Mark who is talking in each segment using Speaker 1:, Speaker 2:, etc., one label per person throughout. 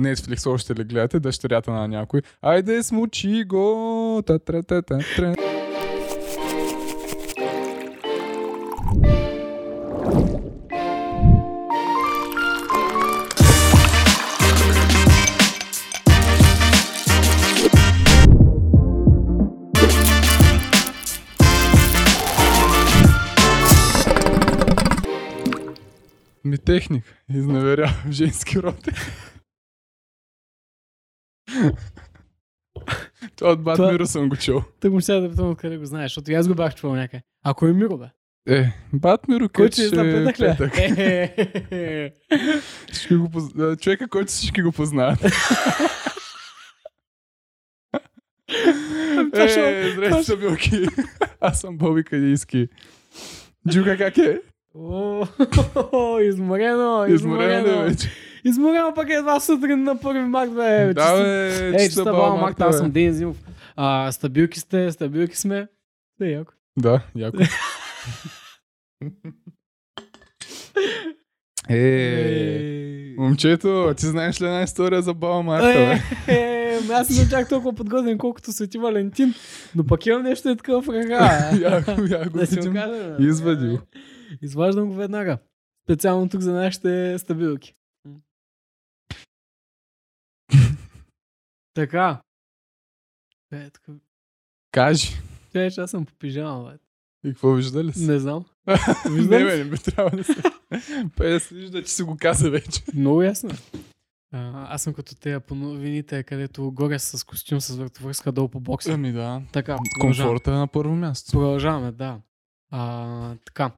Speaker 1: Netflix още ли гледате, дъщерята на някой. Айде, смучи го! Та, тра, та, та, тра. Ми техник, изневеря в женски род. Това от Бат
Speaker 2: Това-
Speaker 1: Миро съм го чул.
Speaker 2: Тък му сега да питам откъде го знаеш, защото и аз го бях чувал някъде. А кой е Миро, бе?
Speaker 1: Е, Бат Миро,
Speaker 2: Който
Speaker 1: който
Speaker 2: ще
Speaker 1: ще
Speaker 2: знам
Speaker 1: е
Speaker 2: петък ли?
Speaker 1: петък.
Speaker 2: Е,
Speaker 1: Всички го поз... а, Човека, който всички го познават.
Speaker 2: Ами това ще-
Speaker 1: е, здрасти, са билки. Аз съм Боби Кадийски. Джука, как е?
Speaker 2: О, Изморено,
Speaker 1: Изморен ли е
Speaker 2: е изморено.
Speaker 1: вече?
Speaker 2: Изморено пък е едва сутрин на 1 март, бе.
Speaker 1: Да,
Speaker 2: Честито-
Speaker 1: бе,
Speaker 2: Е, Ей,
Speaker 1: чиста
Speaker 2: чиста
Speaker 1: баба
Speaker 2: баба, мак,
Speaker 1: Марта,
Speaker 2: аз
Speaker 1: бе.
Speaker 2: съм Дин Зимов. А, стабилки сте, стабилки сме. Да, яко.
Speaker 1: Да, яко. Е,
Speaker 2: Е,
Speaker 1: момчето, ти знаеш ли една история за баба Марта, бе?
Speaker 2: е, ме, аз не бях толкова подготвен, колкото Свети Валентин, но пък имам нещо е такова в ръка.
Speaker 1: Яко, яко.
Speaker 2: да си го
Speaker 1: видим.
Speaker 2: кажа. бе.
Speaker 1: Значи, Извади го.
Speaker 2: Изваждам го веднага. Специално тук за нашите стабилки. така. Е, така.
Speaker 1: Кажи.
Speaker 2: Тя че аз съм по пижама, бе.
Speaker 1: И какво вижда ли си?
Speaker 2: Не знам.
Speaker 1: Не,
Speaker 2: Виждам
Speaker 1: бе, не би трябва да се. Па да се вижда, че си го каза вече.
Speaker 2: Много ясно. е. А, аз съм като тея по новините, където горе с костюм с въртовръзка, долу по бокса.
Speaker 1: Ами да.
Speaker 2: Така, продължаваме.
Speaker 1: Комфорта на първо място.
Speaker 2: Продължаваме, да. А, така.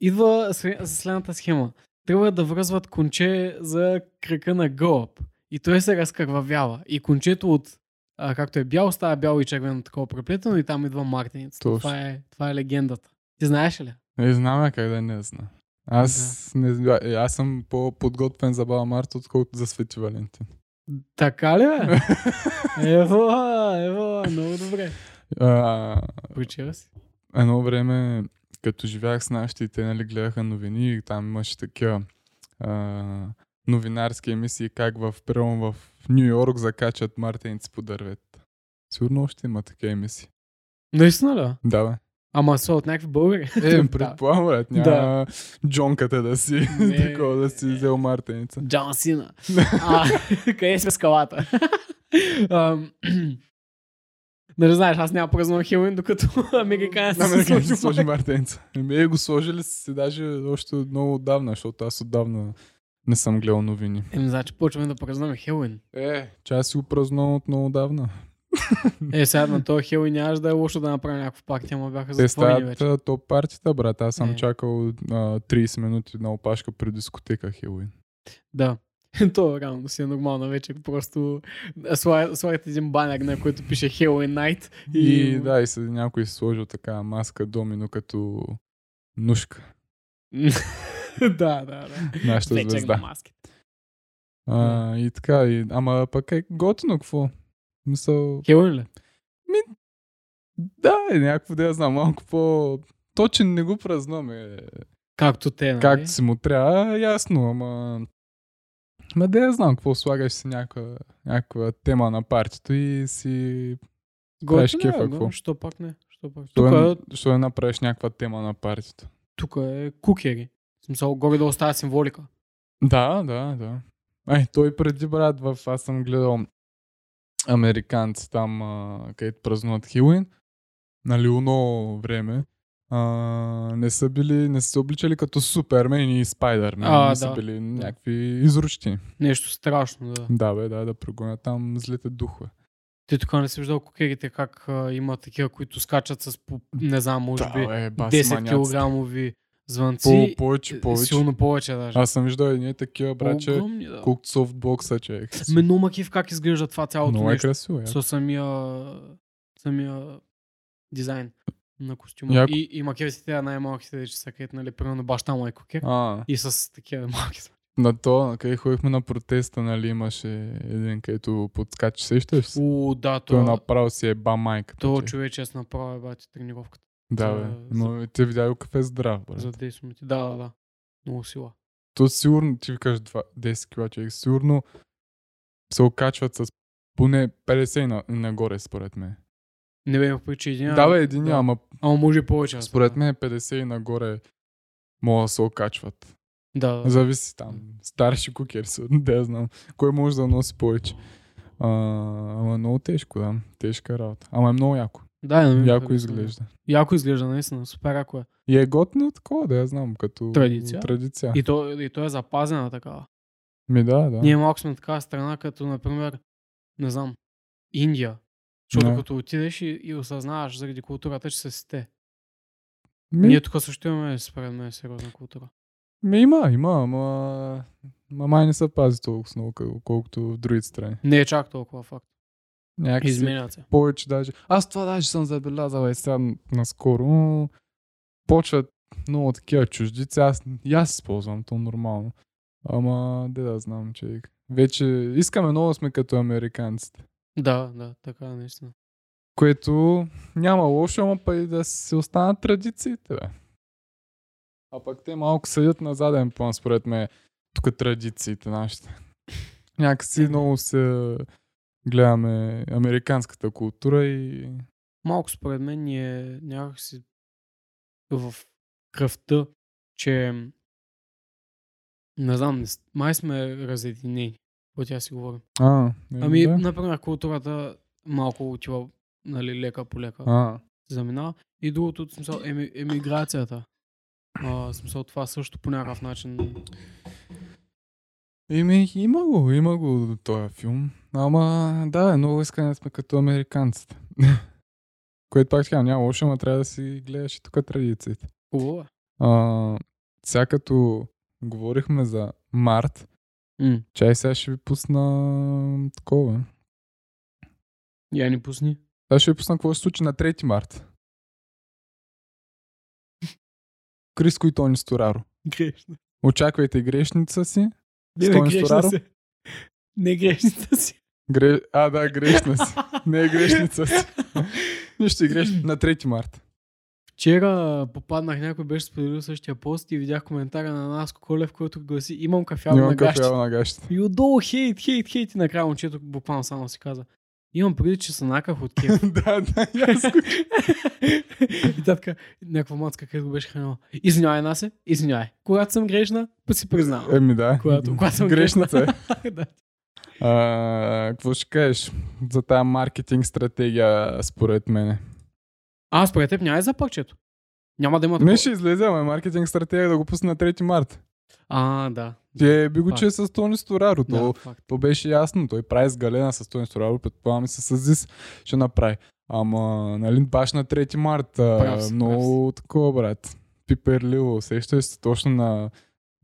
Speaker 2: Идва сре- с следната схема. Трябва да връзват конче за крака на гълъб. И той се разкървавява. И кончето от а, както е бяло, става бяло и червено такова преплетено и там идва мартеницата.
Speaker 1: Точно.
Speaker 2: Това е, това е легендата. Ти знаеш ли?
Speaker 1: Не знам а как да не зна. Аз, не, зна- е, аз съм по-подготвен за Баба Марта, отколкото за Свети Валентин.
Speaker 2: Така ли бе? ево, ево, много добре.
Speaker 1: А,
Speaker 2: Прочира си.
Speaker 1: едно време, като живях с нашите, и те нали, гледаха новини и там имаше такива а, новинарски емисии, как в, примерно в Нью Йорк закачат мартеници по дървета. Сигурно още има такива емисии.
Speaker 2: Наистина ли? бе?
Speaker 1: Да, бе.
Speaker 2: Ама са от някакви българи.
Speaker 1: Е,
Speaker 2: да.
Speaker 1: предполагам, брат, няма
Speaker 2: Да.
Speaker 1: джонката да си,
Speaker 2: Не.
Speaker 1: такова да си взел мартеница.
Speaker 2: Джон Сина. а, къде сме скалата? Ам, Нали знаеш, аз няма празнувам Хелуин, докато американец
Speaker 1: Ами,
Speaker 2: се
Speaker 1: да си
Speaker 2: сложи
Speaker 1: сложи
Speaker 2: май.
Speaker 1: мартеница. Еми, е го сложили си даже още много отдавна, защото аз отдавна не съм гледал новини.
Speaker 2: Еми, значи почваме да празнуваме Хелуин.
Speaker 1: Е, че аз си го празнувам от много отдавна.
Speaker 2: Е, сега на този Хелуин нямаше да е лошо да направя някакво пак, тя му бяха
Speaker 1: Те
Speaker 2: затворени
Speaker 1: стават
Speaker 2: вече.
Speaker 1: а, топ партията, брат. Аз съм
Speaker 2: Е.
Speaker 1: чакал а, 30 минути на опашка при дискотека Хелуин.
Speaker 2: Да. То е реално си е нормална вечер. Просто слагат, слагат един банер, на който пише Хелуин Найт.
Speaker 1: И, да, и се, някой си сложил така маска домино като нушка.
Speaker 2: да, да, да.
Speaker 1: Нашата
Speaker 2: Вечер на
Speaker 1: звезда.
Speaker 2: маски.
Speaker 1: А, и така, и, ама пък е готино какво. Мисъл,
Speaker 2: Хелуин ли?
Speaker 1: да, е някакво да я знам, малко по... Точен не го празнуваме.
Speaker 2: Както те, нали?
Speaker 1: Както си му трябва, ясно, ама... Ма да я знам, какво слагаш си някаква, някаква тема на партито и си... правиш
Speaker 2: Готино е,
Speaker 1: кефа,
Speaker 2: го,
Speaker 1: какво?
Speaker 2: Що пак не? Що пак? Тук,
Speaker 1: Що,
Speaker 2: е,
Speaker 1: е... що да направиш някаква тема на партито.
Speaker 2: тук е кукери. В смисъл, горе да остава символика.
Speaker 1: Да, да, да. Ай, той преди, брат, в... аз съм гледал американци там, а, където празнуват Хилуин, нали, уно време. А, не са били, не са се обличали като Супермен и Спайдермен.
Speaker 2: А,
Speaker 1: не
Speaker 2: да.
Speaker 1: са били някакви изручти.
Speaker 2: Нещо страшно, да.
Speaker 1: Да, бе, да, да прогонят там злите духове.
Speaker 2: Ти тук не си виждал кукерите как а, има такива, които скачат с, по, не знам, може би
Speaker 1: да, бе, баси
Speaker 2: 10
Speaker 1: маняци.
Speaker 2: килограмови
Speaker 1: По,
Speaker 2: звънци.
Speaker 1: повече, повече.
Speaker 2: Силно повече даже.
Speaker 1: Аз съм виждал едни такива, браче,
Speaker 2: Огромни, да.
Speaker 1: колкото софтбокса, че
Speaker 2: Ме много макив как изглежда това цялото
Speaker 1: Много е
Speaker 2: нещо.
Speaker 1: красиво, е.
Speaker 2: Со самия, самия дизайн на костюма.
Speaker 1: Яко.
Speaker 2: И, и макивите тя най-малките, де, че са където, нали, примерно баща му е кукер.
Speaker 1: А,
Speaker 2: И с такива малки
Speaker 1: На то, къде ходихме на протеста, нали, имаше един, където подскача, сещаш се?
Speaker 2: О, да,
Speaker 1: Той
Speaker 2: то, то,
Speaker 1: направо си е ба майка.
Speaker 2: то човече аз направя, бати, тренировката
Speaker 1: Да,
Speaker 2: за-
Speaker 1: бе. Но ти видя го кафе здрав, брат.
Speaker 2: за 10 минути. Да, да, да. Много сила.
Speaker 1: То сигурно, ти викаш 2 10 кила човек, сигурно се окачват с поне 50 и на, и нагоре, според мен.
Speaker 2: Не бе, имах предвид, че един.
Speaker 1: Да, бе, един, ама
Speaker 2: Ама може и повече. аз
Speaker 1: според
Speaker 2: знам.
Speaker 1: мен 50 и нагоре могат да се окачват.
Speaker 2: Да, да.
Speaker 1: Е, Зависи там. Старши кукер са, да я знам. Кой може да носи повече? А, ама е много тежко, да. Тежка работа. Ама е много яко.
Speaker 2: да на мен ми
Speaker 1: Яко
Speaker 2: харесва,
Speaker 1: изглежда.
Speaker 2: Да. Яко изглежда, наистина. Супер яко е.
Speaker 1: И е готно такова, да я знам, като
Speaker 2: Традиция?
Speaker 1: традиция.
Speaker 2: И то, и то е запазена такава.
Speaker 1: Ми да, да.
Speaker 2: Ние малко сме такава страна, като, например, не знам, Индия. Защото
Speaker 1: Да.
Speaker 2: като отидеш и, и осъзнаваш заради културата, че са си те.
Speaker 1: Ми,
Speaker 2: Ние тук също имаме, според мен, сериозна култура.
Speaker 1: ми има, има, ама... Ма май не се пази толкова много, кол- колкото в другите страни.
Speaker 2: Не е чак толкова факт.
Speaker 1: Някакси
Speaker 2: Изменят се.
Speaker 1: повече даже. Аз това даже съм забелязал е сега н- наскоро. но Почват много такива чуждици. Аз, и аз използвам то нормално. Ама, де да знам, че вече искаме много да сме като американците.
Speaker 2: Да, да, така е, наистина.
Speaker 1: Което няма лошо, ама па и да се останат традициите, бе. А пък те малко съдят на заден план, според мен, тук традициите нашите. Някакси
Speaker 2: Еми.
Speaker 1: много се гледаме американската култура и
Speaker 2: Малко според мен ни е някакси в кръвта, че не знам, не с- май сме разединени. По тя си говорим.
Speaker 1: А, е,
Speaker 2: Ами,
Speaker 1: да.
Speaker 2: например, културата малко отива, нали, лека по лека.
Speaker 1: А,
Speaker 2: заминава. И другото, в смисъл, еми, емиграцията. А, в смисъл, това също по някакъв начин.
Speaker 1: Еми, има го, има го този филм. Ама, да, е много искане да сме като американците. Което пак ще кажа, няма лошо, ама трябва да си гледаш и тук традициите.
Speaker 2: Хубаво е.
Speaker 1: А, сега като говорихме за март,
Speaker 2: М,
Speaker 1: чай сега ще ви пусна такова.
Speaker 2: Я ни пусни.
Speaker 1: Сега ще ви пусна какво ще се случи на 3 март. Криско и Тони Стораро.
Speaker 2: Грешна.
Speaker 1: Очаквайте грешница си.
Speaker 2: Не, бе,
Speaker 1: Стоен
Speaker 2: грешна
Speaker 1: Стораро?
Speaker 2: се. Не грешница си.
Speaker 1: Гре... А, да, грешна си. Не е грешница си. Нищо е грешно. На 3 март.
Speaker 2: Вчера попаднах, някой беше споделил същия пост и видях коментара на Наско Колев, който гласи имам кафява на
Speaker 1: Нямам кафе
Speaker 2: гащите.
Speaker 1: ала на гащите.
Speaker 2: И отдолу хейт, хейт, хейт и накрая момчето буквално само си каза. Имам преди, че се наках от кеф.
Speaker 1: да, да, ясно.
Speaker 2: и тя така, някаква мацка, където го беше хранила. Извинявай, Насе, извинявай. Когато съм грешна, път си признавам.
Speaker 1: Еми да.
Speaker 2: Когато, когато съм
Speaker 1: Грешница е.
Speaker 2: да.
Speaker 1: А, Какво ще кажеш за тази маркетинг стратегия, според мене?
Speaker 2: А, според теб няма и за пакчето. Няма да има
Speaker 1: Не
Speaker 2: такова.
Speaker 1: ще излезе, ама е маркетинг стратегия да го пусне на 3 март.
Speaker 2: А, да.
Speaker 1: Те би го
Speaker 2: Пак.
Speaker 1: че е с Тони Стораро.
Speaker 2: да
Speaker 1: То,
Speaker 2: факт.
Speaker 1: то беше ясно. Той прави с Галена с Тони Стораро, предполагам и с Азис ще направи. Ама, нали, баш на 3 март. а,
Speaker 2: Прав си,
Speaker 1: много такова, брат. Пиперливо. Сещаш се точно на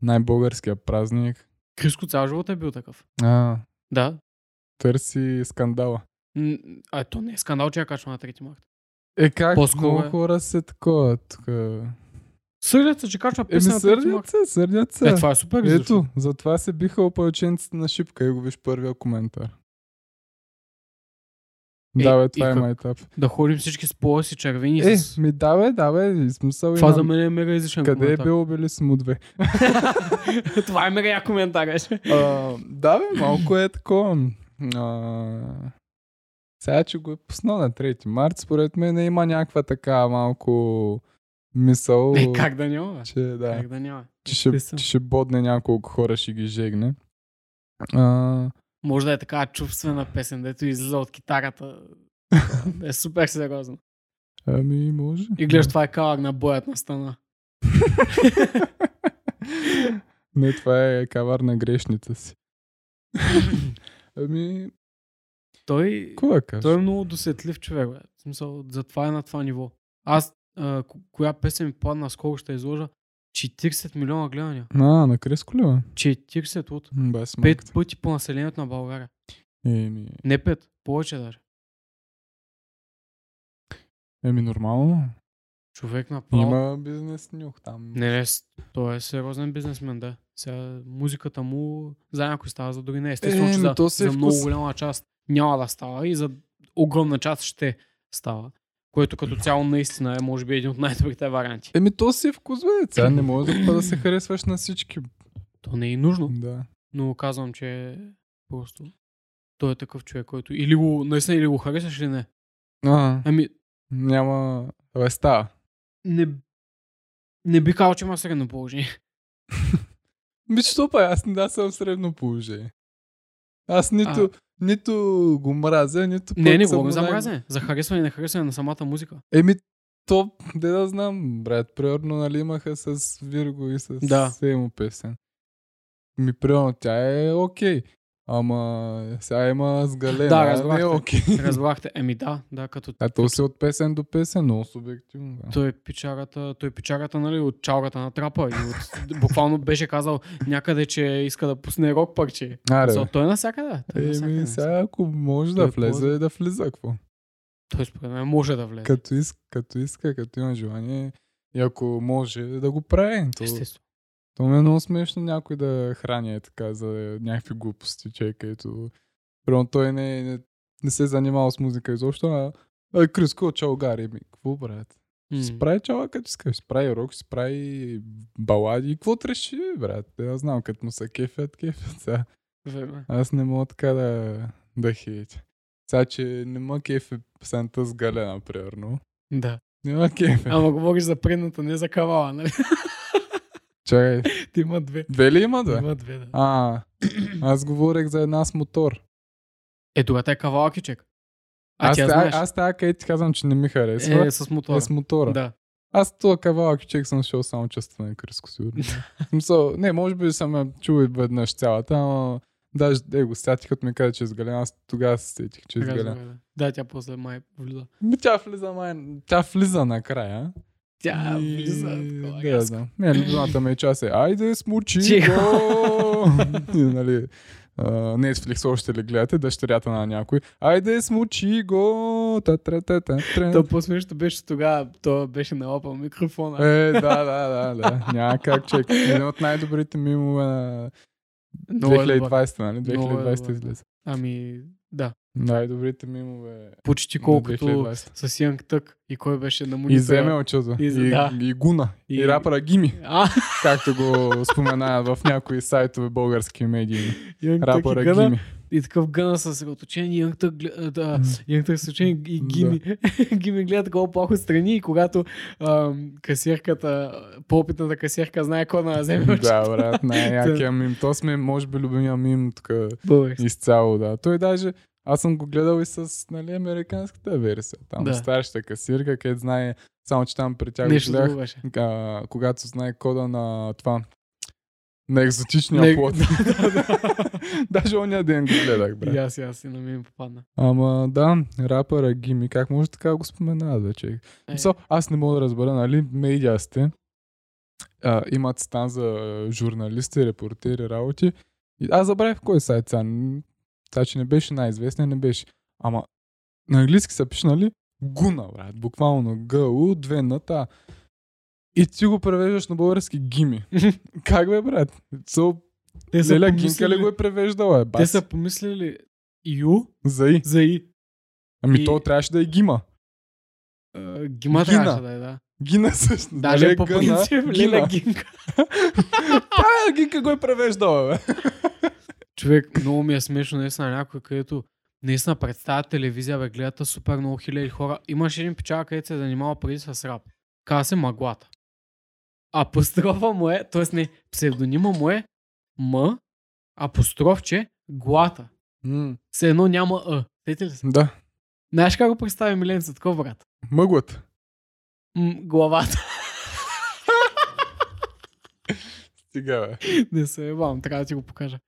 Speaker 1: най-българския празник.
Speaker 2: Криско цял живот е бил такъв.
Speaker 1: А,
Speaker 2: Да.
Speaker 1: търси скандала.
Speaker 2: М, А, то не е скандал, че я качва на 3 март.
Speaker 1: Е как
Speaker 2: По-скоро
Speaker 1: много
Speaker 2: е.
Speaker 1: хора се такова тук.
Speaker 2: Сърдят се, че качва
Speaker 1: Еми
Speaker 2: песен на 3
Speaker 1: сърдят
Speaker 2: март.
Speaker 1: се, сърдят се.
Speaker 2: Е, това е супер. изобщо.
Speaker 1: Ето, затова се биха опълченците на шипка и го виж първия коментар.
Speaker 2: Е,
Speaker 1: да, бе,
Speaker 2: и
Speaker 1: това е
Speaker 2: как-
Speaker 1: майтап.
Speaker 2: Да ходим всички с полоси червени.
Speaker 1: Е,
Speaker 2: с...
Speaker 1: ми да, бе, да, бе, и смисъл
Speaker 2: Това
Speaker 1: има.
Speaker 2: за мен е мега излишен
Speaker 1: Къде е
Speaker 2: коментар.
Speaker 1: било били си му две?
Speaker 2: това е мега як коментар. беше.
Speaker 1: А, да, бе, малко е такова. А, сега, че го е пуснал на 3 март, според мен има някаква така малко мисъл,
Speaker 2: Е, как да няма? бе?
Speaker 1: че да.
Speaker 2: Как да няма?
Speaker 1: че ще,
Speaker 2: Подписан.
Speaker 1: че ще бодне няколко хора, ще ги жегне. А,
Speaker 2: Може да е така чувствена песен, дето излиза от китарата. е супер сериозно.
Speaker 1: ами, може.
Speaker 2: И гледаш, това е калък на боят на стана.
Speaker 1: Не, това е кавар на грешница си. ами,
Speaker 2: Той,
Speaker 1: кога кажеш?
Speaker 2: той е много досетлив човек, бе. В смисъл, затова е на това ниво. Аз, а, ко- коя песен ми падна, скоро ще изложа? 40 милиона гледания.
Speaker 1: А, на Креско ли бе?
Speaker 2: 40 от
Speaker 1: М, Без
Speaker 2: 5
Speaker 1: майката.
Speaker 2: пъти по населението на България.
Speaker 1: Еми,
Speaker 2: Не 5, повече даже.
Speaker 1: еми, нормално.
Speaker 2: Човек направо.
Speaker 1: Има бизнес нюх там.
Speaker 2: Не, не, с- той е сериозен бизнесмен, да. Сега музиката му за някой става, за други не. Естествено,
Speaker 1: Е,
Speaker 2: че
Speaker 1: но
Speaker 2: за,
Speaker 1: то си е
Speaker 2: за много
Speaker 1: вкус.
Speaker 2: голяма част няма да става и за огромна част ще става. Което като цяло наистина е, може би, един от най-добрите варианти.
Speaker 1: Еми, то си е вкус, бе. Сега не може да, па да се харесваш на всички.
Speaker 2: То не е и нужно,
Speaker 1: Да.
Speaker 2: но казвам, че е просто той е такъв човек, който или го, наистина или го харесваш или не.
Speaker 1: А,
Speaker 2: Ами,
Speaker 1: няма... Абе, става.
Speaker 2: не, не би казал, че има средно положение.
Speaker 1: Бич, топа, аз, аз съм в средно положение. Аз нито, нито го мразя, нито
Speaker 2: не,
Speaker 1: пък
Speaker 2: не
Speaker 1: съм
Speaker 2: говорим за
Speaker 1: най-
Speaker 2: мразене. За харесване и не харесване на самата музика.
Speaker 1: Еми, то, де да знам, брат, примерно, нали, имаха с Вирго и с
Speaker 2: Да.
Speaker 1: Сеймо песен. Ми, примерно, тя е окей. Ама сега има с Галена,
Speaker 2: Да,
Speaker 1: не
Speaker 2: разбрахте.
Speaker 1: е окей.
Speaker 2: Разбрахте? Еми да, да, като
Speaker 1: А то се от песен до песен, много субективно. Да.
Speaker 2: той е пичарата, той е пичарата, нали, от чалгата на трапа и от, буквално беше казал някъде, че иска да пусне рок парче.
Speaker 1: Аре,
Speaker 2: So,
Speaker 1: бе.
Speaker 2: той е навсякъде. Той, е навсякъде.
Speaker 1: Еми, сега ако може да
Speaker 2: Той е
Speaker 1: влезе, да влиза, какво?
Speaker 2: той според мен може да влезе.
Speaker 1: Като иска, като иска, като има желание и ако може да го прави. То,
Speaker 2: Естествено.
Speaker 1: то ми е много смешно някой да храни е така за някакви глупости, че където... Примерно той не, не, не, се е занимавал с музика изобщо, а, а Криско Чалгари. Ми, какво, брат?
Speaker 2: М.
Speaker 1: Ще си прави чала, като искаш. Ще си прави рок, ще си прави балади. И какво треши, брат? Аз знам, като му са кефят, кефят. Сега.
Speaker 2: Верно. е.
Speaker 1: Аз не мога така да, да хейтя. Сега, че не мога кефе песента с Галена, примерно.
Speaker 2: Да.
Speaker 1: Не е. мога кефе.
Speaker 2: Ама говориш за предната, не за кавала, нали?
Speaker 1: Чакай,
Speaker 2: Ти има две.
Speaker 1: две ли има, да?
Speaker 2: Има две, да.
Speaker 1: А, аз говорех за една с мотор.
Speaker 2: Е, тогава е кавала кичек. А
Speaker 1: аз,
Speaker 2: тя
Speaker 1: тя-
Speaker 2: знаеш.
Speaker 1: аз тази където ти казвам, че не ми харесва.
Speaker 2: е, с мотора.
Speaker 1: Е, с мотора.
Speaker 2: Да.
Speaker 1: Аз този кавалък чек съм шел само частта на Кръско, сигурно. В Смисъл, не, може би съм я чул и веднъж цялата, ама даже его сетих, като ми каже, че е сгален. Аз тогава се сетих, че е сгален.
Speaker 2: Разбира. Да, тя после май влиза.
Speaker 1: Ми Тя влиза, май, тя влиза накрая.
Speaker 2: Тя влиза.
Speaker 1: И-
Speaker 2: такова
Speaker 1: Да,
Speaker 2: рязко.
Speaker 1: да. Не, любимата ми част е Айде, смучи
Speaker 2: Чихо.
Speaker 1: го! И, нали, а, Netflix още ли гледате, дъщерята на някой. Айде, смучи го! Та, тра, та, та, тра.
Speaker 2: То по-смешно беше тогава, то беше налапал микрофона.
Speaker 1: Е, да, да, да, да. Няма как, чек. Един от най-добрите мимове на
Speaker 2: Много е добър.
Speaker 1: 2020, нали?
Speaker 2: Много е
Speaker 1: 2020
Speaker 2: добър.
Speaker 1: излезе.
Speaker 2: Ами, да.
Speaker 1: Най-добрите мимове
Speaker 2: Почти
Speaker 1: на
Speaker 2: колкото
Speaker 1: 2020.
Speaker 2: с Янг Тък и кой беше на
Speaker 1: И
Speaker 2: монитора.
Speaker 1: вземе очото.
Speaker 2: И-
Speaker 1: И,
Speaker 2: да.
Speaker 1: и, Гуна. И,
Speaker 2: И-
Speaker 1: рапъра Гими,
Speaker 2: А,
Speaker 1: както го споменават в някои сайтове български медии.
Speaker 2: Янг Тък и
Speaker 1: Рапъра
Speaker 2: Гъна.
Speaker 1: Гими.
Speaker 2: И такъв Гъна съсредоточен, и Янг Тък, гле- да, Янг Тък съсредоточен и Гими. Гими гледа такова плахо страни и когато ам, касиерката, по-опитната касиерка знае кой да вземе очи.
Speaker 1: Да, брат, най-якия мим. То сме, може би, любимия мим тук
Speaker 2: Български.
Speaker 1: изцяло, да. Той даже, аз съм го гледал и с нали, американската версия. Там
Speaker 2: Да.
Speaker 1: да. старшата касирка, където знае, само че там при тях
Speaker 2: Нещо
Speaker 1: го гледах,
Speaker 2: друго беше.
Speaker 1: а, когато знае кода на това, на
Speaker 2: Не-
Speaker 1: екзотичния плод.
Speaker 2: да, да.
Speaker 1: Даже ония ден го гледах, брат.
Speaker 2: И аз, и аз и на ми попадна.
Speaker 1: Ама да, рапъра Гими, как може така да го споменава вече?
Speaker 2: Е.
Speaker 1: Е. аз не мога да разбера, нали, медиа сте, а, имат стан за а, журналисти, репортери, работи. И аз забравих кой е сайт сега. М, Сега, че не беше най-известен, не беше. Ама на английски са пише, нали? Гуна, брат. Буквално ГУ, две ната. И ти го превеждаш на български гими. как бе, брат? So,
Speaker 2: Те са
Speaker 1: Леля Гинка
Speaker 2: помислили-
Speaker 1: ли го е превеждала? Е,
Speaker 2: Те
Speaker 1: бас.
Speaker 2: са помислили Ю
Speaker 1: За и.
Speaker 2: за И.
Speaker 1: Ами
Speaker 2: И-
Speaker 1: то трябваше да е гима.
Speaker 2: А, Гима
Speaker 1: Гина.
Speaker 2: трябваше да е, да.
Speaker 1: Гина също.
Speaker 2: Даже
Speaker 1: нали?
Speaker 2: по
Speaker 1: Гъна,
Speaker 2: принцип Леля
Speaker 1: Гина.
Speaker 2: Гинка.
Speaker 1: А, Гинка го е превеждала, бе.
Speaker 2: Човек, много ми е смешно наистина някой, където наистина представя телевизия, бе, гледат супер много хиляди хора. Имаше един печал, където се е занимавал преди с рап. Казва се Маглата. Апострофа му е, т.е. не, псевдонима му е М, апострофче, Глата. Все едно няма А. Сети ли се?
Speaker 1: Да.
Speaker 2: Знаеш как го представи Миленца? Такова, брат.
Speaker 1: Мъглата.
Speaker 2: М, главата.
Speaker 1: Стига, бе.
Speaker 2: Не се ебавам, трябва да ти го покажа.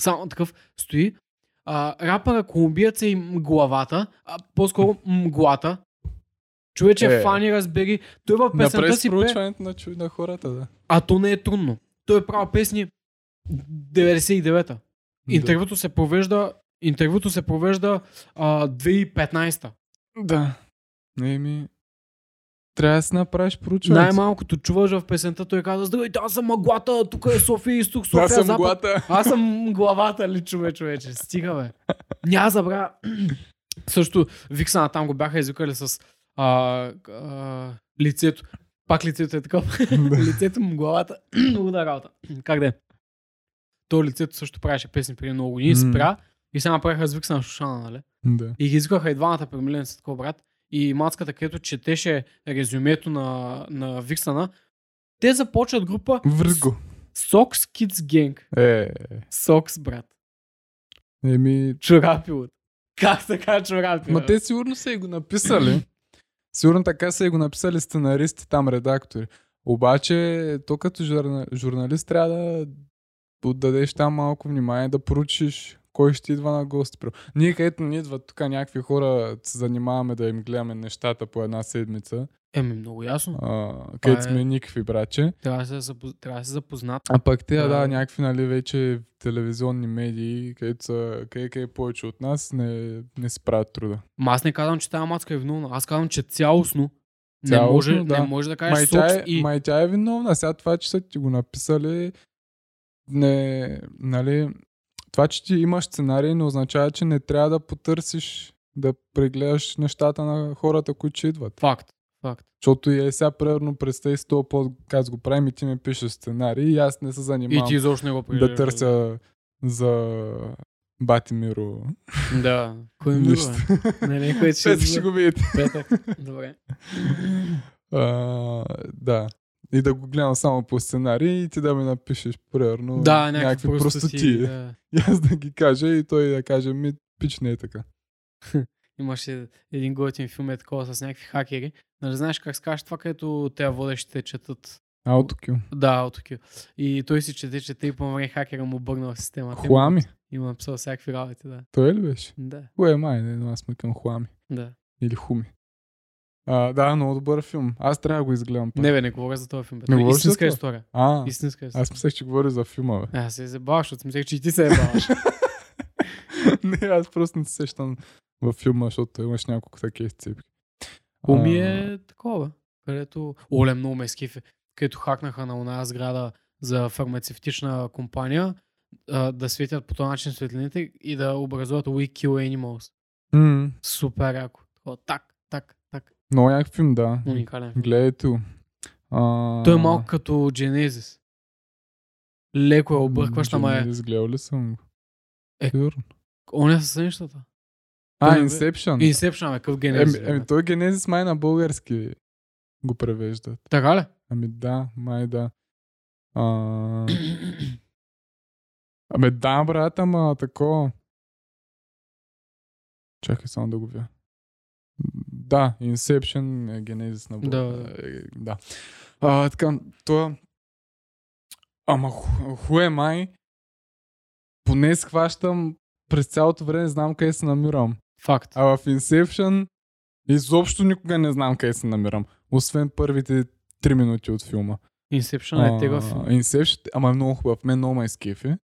Speaker 2: Само такъв стои. А, рапъра колумбиеца и главата, а по-скоро мглата. Човече,
Speaker 1: Е.
Speaker 2: е. фани, разбери. Той в песента
Speaker 1: Напред с
Speaker 2: си пе,
Speaker 1: проучването на, чу- на хората, да.
Speaker 2: а то не е трудно. Той е правил песни 99-та. Интервюто се провежда, интервюто се провежда а, 2015-та.
Speaker 1: Да. Не ми... Трябва да си направиш проучването.
Speaker 2: Най-малкото чуваш в песента, той казва, здравейте, аз съм мъглата, тук е София изток, София
Speaker 1: Аз съм
Speaker 2: запад.
Speaker 1: глата.
Speaker 2: Аз съм главата ли чове, човече. Стига, бе. Няма забравя. Също Виксана там го бяха извикали с а, а, лицето. Пак лицето е такова. лицето му, главата. е? Благодаря работа. Как да е? То лицето също правеше песни преди много години.
Speaker 1: М.
Speaker 2: Спря И сега направиха звикса на Шушана, нали?
Speaker 1: Да.
Speaker 2: И ги изгаха и двамата премилени с такова брат. И мацката, където четеше резюмето на, на Виксана, те започват група
Speaker 1: Връго.
Speaker 2: Socks Kids Gang.
Speaker 1: Е,
Speaker 2: Socks, брат.
Speaker 1: еми,
Speaker 2: Чорапилът. Как така чорапилът?
Speaker 1: Ма те сигурно са и го написали. Сигурно така са и го написали сценаристи, там редактори. Обаче, то като журна... журналист трябва да отдадеш там малко внимание, да поручиш кой ще идва на гости. Примерно. Ние където ни идват тук някакви хора, се занимаваме да им гледаме нещата по една седмица,
Speaker 2: Еми, много ясно.
Speaker 1: а, където
Speaker 2: е-
Speaker 1: сме никакви браче.
Speaker 2: Трябва да се, запоз... трябва да се запознат.
Speaker 1: А пък те, да,
Speaker 2: Да.
Speaker 1: да някакви, нали, вече телевизионни медии, където са, къде, къде повече от нас, не, не си правят труда.
Speaker 2: Ма аз не казвам, че тази мацка е виновна. Аз казвам, че цялостно, не,
Speaker 1: Цялостно,
Speaker 2: може,
Speaker 1: да.
Speaker 2: не може да кажеш
Speaker 1: Май тя, е,
Speaker 2: Socks и...
Speaker 1: май тя е виновна. Сега това, че са ти го написали, не, нали, това, че ти имаш сценарий, не означава, че не трябва да потърсиш да прегледаш нещата на хората, които ще идват.
Speaker 2: Факт. Факт.
Speaker 1: Защото и е сега, примерно, представи с този подкаст го правим и ти ми пишеш сценарий и аз не се
Speaker 2: И
Speaker 1: занимавам
Speaker 2: ти изобщо не го прегледаш.
Speaker 1: да търся за Батимиро.
Speaker 2: Да. Кой ми
Speaker 1: Нищо.
Speaker 2: е? Не, не, кой ще...
Speaker 1: Пет ще го видите.
Speaker 2: Петък. Добре.
Speaker 1: А, да. И да го гледам само по сценарий и ти да ми напишеш, примерно,
Speaker 2: Да, някакви простоти.
Speaker 1: простоти.
Speaker 2: Да.
Speaker 1: И аз да ги кажа и той да каже, ми, пич не е така.
Speaker 2: Имаше един готин филм е такова с някакви хакери. Нали знаеш как се казваш това, където те водещите четат?
Speaker 1: Аутокю.
Speaker 2: Да, от окей. И той си чете, чете и по време хакера му обърнал системата.
Speaker 1: Хуами.
Speaker 2: Има написал всякакви работи, да.
Speaker 1: Той ли беше?
Speaker 2: Да,
Speaker 1: Кое е май, не, но аз сме към Хуами.
Speaker 2: да.
Speaker 1: Или Хуми. А, да, много добър филм. Аз трябва да го изгледам. Пак.
Speaker 2: Не бе, не говоря за този филм. бе.
Speaker 1: Не
Speaker 2: Това е
Speaker 1: говориш за
Speaker 2: Истинска
Speaker 1: това?
Speaker 2: история.
Speaker 1: А,
Speaker 2: Истинска история.
Speaker 1: аз мислех, че говори за филма, бе.
Speaker 2: Аз се забаваш, защото мислех, че и ти се забаваш.
Speaker 1: не, аз просто не се сещам във филма, защото имаш няколко такива изцепки.
Speaker 2: Уми
Speaker 1: А,
Speaker 2: е такова, където... Оле, много ме скифе. Където хакнаха на една сграда за фармацевтична компания а, да светят по този начин светлините и да образуват We Kill Animals.
Speaker 1: м,
Speaker 2: Супер яко. Такова, Так, так, так.
Speaker 1: Много як филм, да.
Speaker 2: Уникален. филм.
Speaker 1: Гледай ту. А,
Speaker 2: Той е малко като Genesis. Леко е объркващ, ама е...
Speaker 1: Genesis Гледал ли съм го?
Speaker 2: Е,
Speaker 1: Сигурно.
Speaker 2: Он е със същата.
Speaker 1: А,
Speaker 2: той- е
Speaker 1: Inception.
Speaker 2: Inception е къв
Speaker 1: Еми,
Speaker 2: Genesis.
Speaker 1: еми,
Speaker 2: бе.
Speaker 1: той Генезис май на български го превеждат.
Speaker 2: Така ли?
Speaker 1: Ами да, май да. А... Абе да, брат, ама такова. Чакай само да го видя. Да, Inception е генезис на Бога.
Speaker 2: Да.
Speaker 1: Е, да. А, така, това... Ама ху- хуе май, поне схващам през цялото време знам къде се намирам.
Speaker 2: Факт.
Speaker 1: А в Inception изобщо никога не знам къде се намирам. Освен първите 3 минути от филма.
Speaker 2: Inception е
Speaker 1: А,
Speaker 2: тегъв. филм.
Speaker 1: Inception, ама е много хубав. Мен много ме изкефи.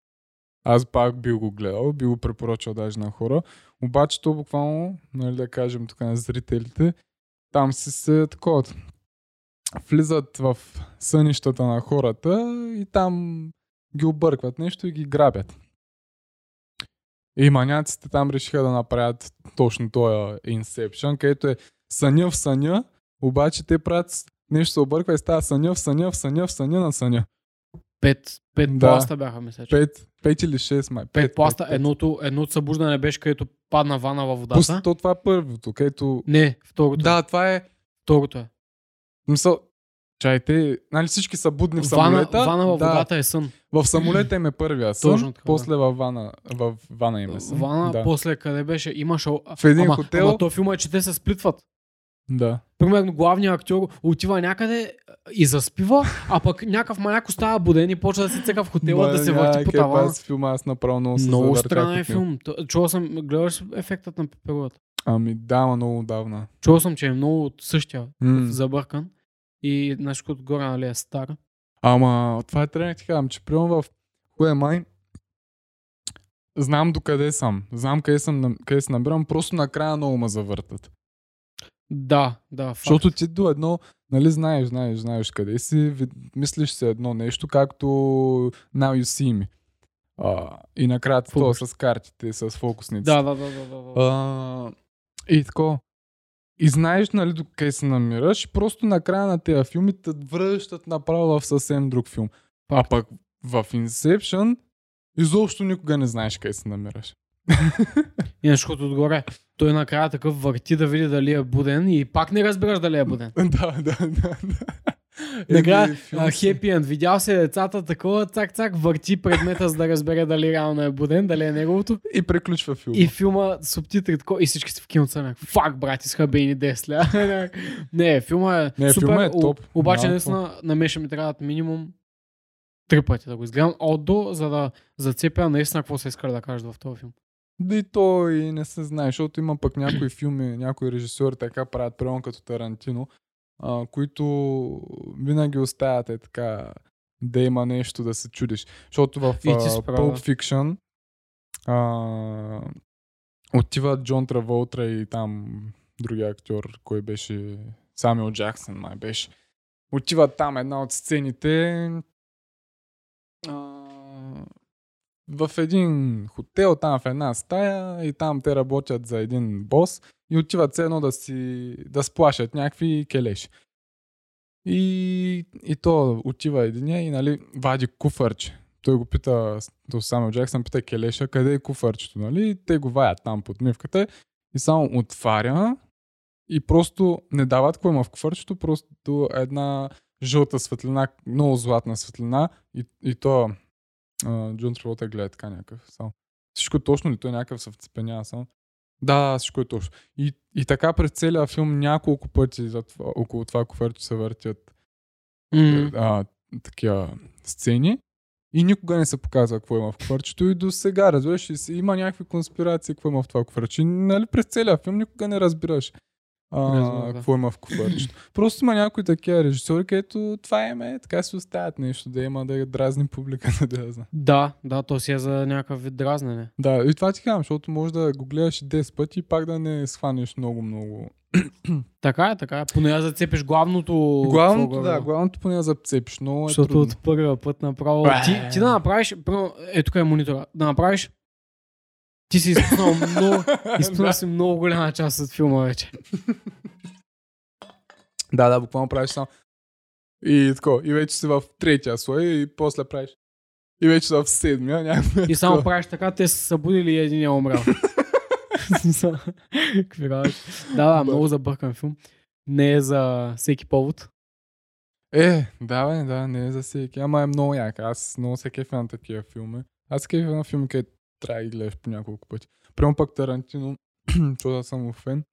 Speaker 1: Аз пак би го гледал, би го препоръчал даже на хора. Обаче то буквално, нали да кажем тук на зрителите, там си се такова. Влизат в сънищата на хората и там ги объркват нещо и ги грабят. И маняците там решиха да направят точно този Inception, където е съня в съня, обаче те правят с- нещо се обърква и става съня в съня, в съня, в съня на съня.
Speaker 2: Пет, пет
Speaker 1: Да.
Speaker 2: пласта бяха, мисля. че.
Speaker 1: Пет, пет или шест май.
Speaker 2: Пет пласта,
Speaker 1: пет, пет.
Speaker 2: едното, едното събуждане беше, където падна вана във водата.
Speaker 1: Пус- То, това е първото, където...
Speaker 2: Не, второто. е.
Speaker 1: Да, това е...
Speaker 2: Второто е.
Speaker 1: Мисъл, чайте, нали всички са будни в
Speaker 2: Вана,
Speaker 1: самолета.
Speaker 2: вана във
Speaker 1: да,
Speaker 2: водата е сън.
Speaker 1: В самолета им е първия сън,
Speaker 2: Точно така, да.
Speaker 1: после във вана, във вана им е сън.
Speaker 2: Вана,
Speaker 1: да.
Speaker 2: после къде беше, имаше... а,
Speaker 1: В един
Speaker 2: ама,
Speaker 1: хотел-
Speaker 2: Ама то филма е, че те се сплитват.
Speaker 1: да.
Speaker 2: Примерно главният актьор отива някъде и заспива, а пък някакъв маняк остава буден и почва да се цека в хотела, да се върти по тавана.
Speaker 1: Аз филма аз направо много се
Speaker 2: Много
Speaker 1: завъртях
Speaker 2: странен е
Speaker 1: от него.
Speaker 2: филм. То- Чувал съм, гледаш ефектът на пеперуата.
Speaker 1: Ами да, ма много отдавна.
Speaker 2: Чувал съм, че е много от същия,
Speaker 1: М.
Speaker 2: забъркан. И нещо отгоре, нали, е стар.
Speaker 1: Ама това е тренинг, ти казвам, че приема в Хуе май знам докъде съм. Знам къде, съм, на- къде се набирам, просто накрая много ме завъртат.
Speaker 2: Да, да, факт.
Speaker 1: Защото ти до едно, нали, знаеш, знаеш, знаеш къде си, ви- мислиш се едно нещо, както Now You See Me. А, и накрая то
Speaker 2: Фокус.
Speaker 1: с картите, с фокусниците.
Speaker 2: Да, да, да, да, да. да.
Speaker 1: А, и тако. И знаеш, нали, до къде се намираш, и просто накрая на тези филми те връщат направо в съвсем друг филм. А пък в Inception изобщо никога не знаеш къде се намираш.
Speaker 2: И защото отгоре, той накрая такъв върти да види дали е буден и пак не разбираш дали е буден.
Speaker 1: да, да, да. да.
Speaker 2: Накрая,
Speaker 1: Еми, филм Е, си.
Speaker 2: хепи енд. Видял се децата такова, цак-цак, върти предмета, за да разбере дали реално е буден, дали е неговото.
Speaker 1: И приключва филма.
Speaker 2: И филма субтитри такова, и всички са в киното са някакви. Фак, брат, изхъби ни 10 ля. Не, филма е
Speaker 1: Не,
Speaker 2: супер,
Speaker 1: филма е
Speaker 2: о-
Speaker 1: топ.
Speaker 2: обаче
Speaker 1: Малко.
Speaker 2: наистина на мен ще ми трябват минимум три пъти да го изгледам от до, за да зацепя наистина какво са искали да кажат в този филм.
Speaker 1: Да и то и не се знае, защото има пък някои филми, някои режисьори така правят, примерно като Тарантино, а, които винаги оставят е така да има нещо да се чудиш. Защото в
Speaker 2: И
Speaker 1: а,
Speaker 2: ти си права.
Speaker 1: Pulp Fiction а, отива Джон Траволтра и там другия актьор, кой беше Самюел Джаксън, май беше. Отива там една от сцените, а, в един хотел, там в една стая и там те работят за един бос и отиват все едно да си да сплашат някакви келеши. И, и то отива единия и нали, вади куфърче. Той го пита, до Самел Джексън пита келеша, къде е куфърчето, нали? И те го ваят там под нивката и само отваря и просто не дават какво има в куфърчето, просто една жълта светлина, много златна светлина и, и то а, Джон Траволта гледа така някакъв. Само. Всичко е точно ли? Той някакъв се вцепенява само. Да, всичко е точно. И, и така през целия филм няколко пъти за това, около това куферче се въртят е,
Speaker 2: М.
Speaker 1: а, такива сцени и никога не се показва какво има в куфарчето и до сега, разбираш, ли, си- има някакви конспирации какво има в това куфарче. И, Нали, през целия филм никога не разбираш а,
Speaker 2: Разбирам, да.
Speaker 1: какво има в куфарчето. Просто има някои такива режисьори, където това име, така си оставят нещо, да има да дразни публиката, да я знае.
Speaker 2: Да, да, то си е за някакъв вид дразнене.
Speaker 1: Да, и това ти казвам, защото може да го гледаш и 10 пъти и пак да не схванеш много-много.
Speaker 2: Така е, така е. Поне я зацепиш главното.
Speaker 1: Главното,
Speaker 2: какво
Speaker 1: да,
Speaker 2: главно.
Speaker 1: главното поне да зацепиш, но е
Speaker 2: Защото
Speaker 1: трудно.
Speaker 2: от първия път направо...
Speaker 1: Бе.
Speaker 2: Ти, ти да направиш... Първо, е, тук е монитора. Да направиш... Ти си изпуснал много... Изпуснал си много голяма част от филма вече.
Speaker 1: Да, да, буквално правиш само. И така, и вече си в третия слой и после правиш. И вече си в седмия, някакво.
Speaker 2: И само
Speaker 1: такова.
Speaker 2: правиш така, те са събудили и един е умрял. В смисъл, Какви работи. Да, да, много забъркан филм. Не е за всеки повод.
Speaker 1: Е, да, бе, да, не е за всеки. Ама е много як. Аз много се кефя на такива филми. Аз се кефя на филми, където трябва да ги гледаш по няколко пъти. Прямо пък Тарантино, защото аз съм му фен.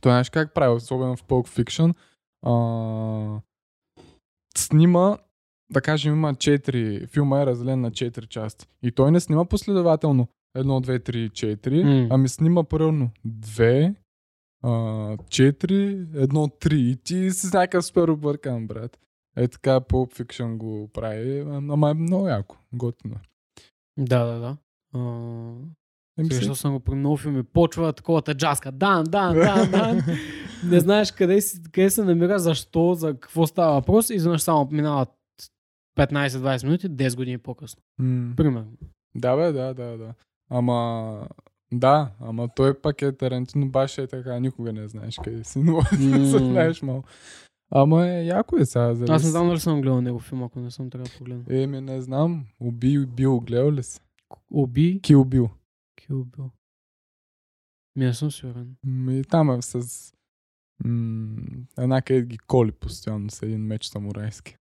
Speaker 1: Той знаеш как прави, особено в Pulp Fiction. А... Снима, да кажем, има 4. Филма е разделен на 4 части. И той не снима последователно. 1, 2, 3, 4.
Speaker 2: М.
Speaker 1: Ами снима първо 2, а, 4, 1, 3. И ти си с някакъв супер объркан, брат. Е така Pulp Fiction го прави, а- ама е много яко, готино. е.
Speaker 2: Да, да, да.
Speaker 1: Еми,
Speaker 2: Срещал съм го при много филми. Почва такова таджаска. Дан, дан, дан, дан. Не знаеш къде, си, къде се намира, защо, за какво става въпрос. И изведнъж само минават 15-20 минути, 10 години по-късно.
Speaker 1: М,
Speaker 2: Примерно.
Speaker 1: Да, бе, да, да, да. Ама... Да, ама той пак е Тарантино, баш е така, никога не знаеш къде си, но се
Speaker 2: М.
Speaker 1: знаеш малко. Ама е, яко е сега. зависи.
Speaker 2: Аз не знам дали съм гледал него филм, ако не съм трябва да погледна.
Speaker 1: Еми, не знам. Уби, бил, гледал ли си?
Speaker 2: Оби
Speaker 1: Кил бил.
Speaker 2: Кил Бил. Ми не съм сигурен.
Speaker 1: Ми, там е с... М- една където ги коли постоянно с един меч самурайски.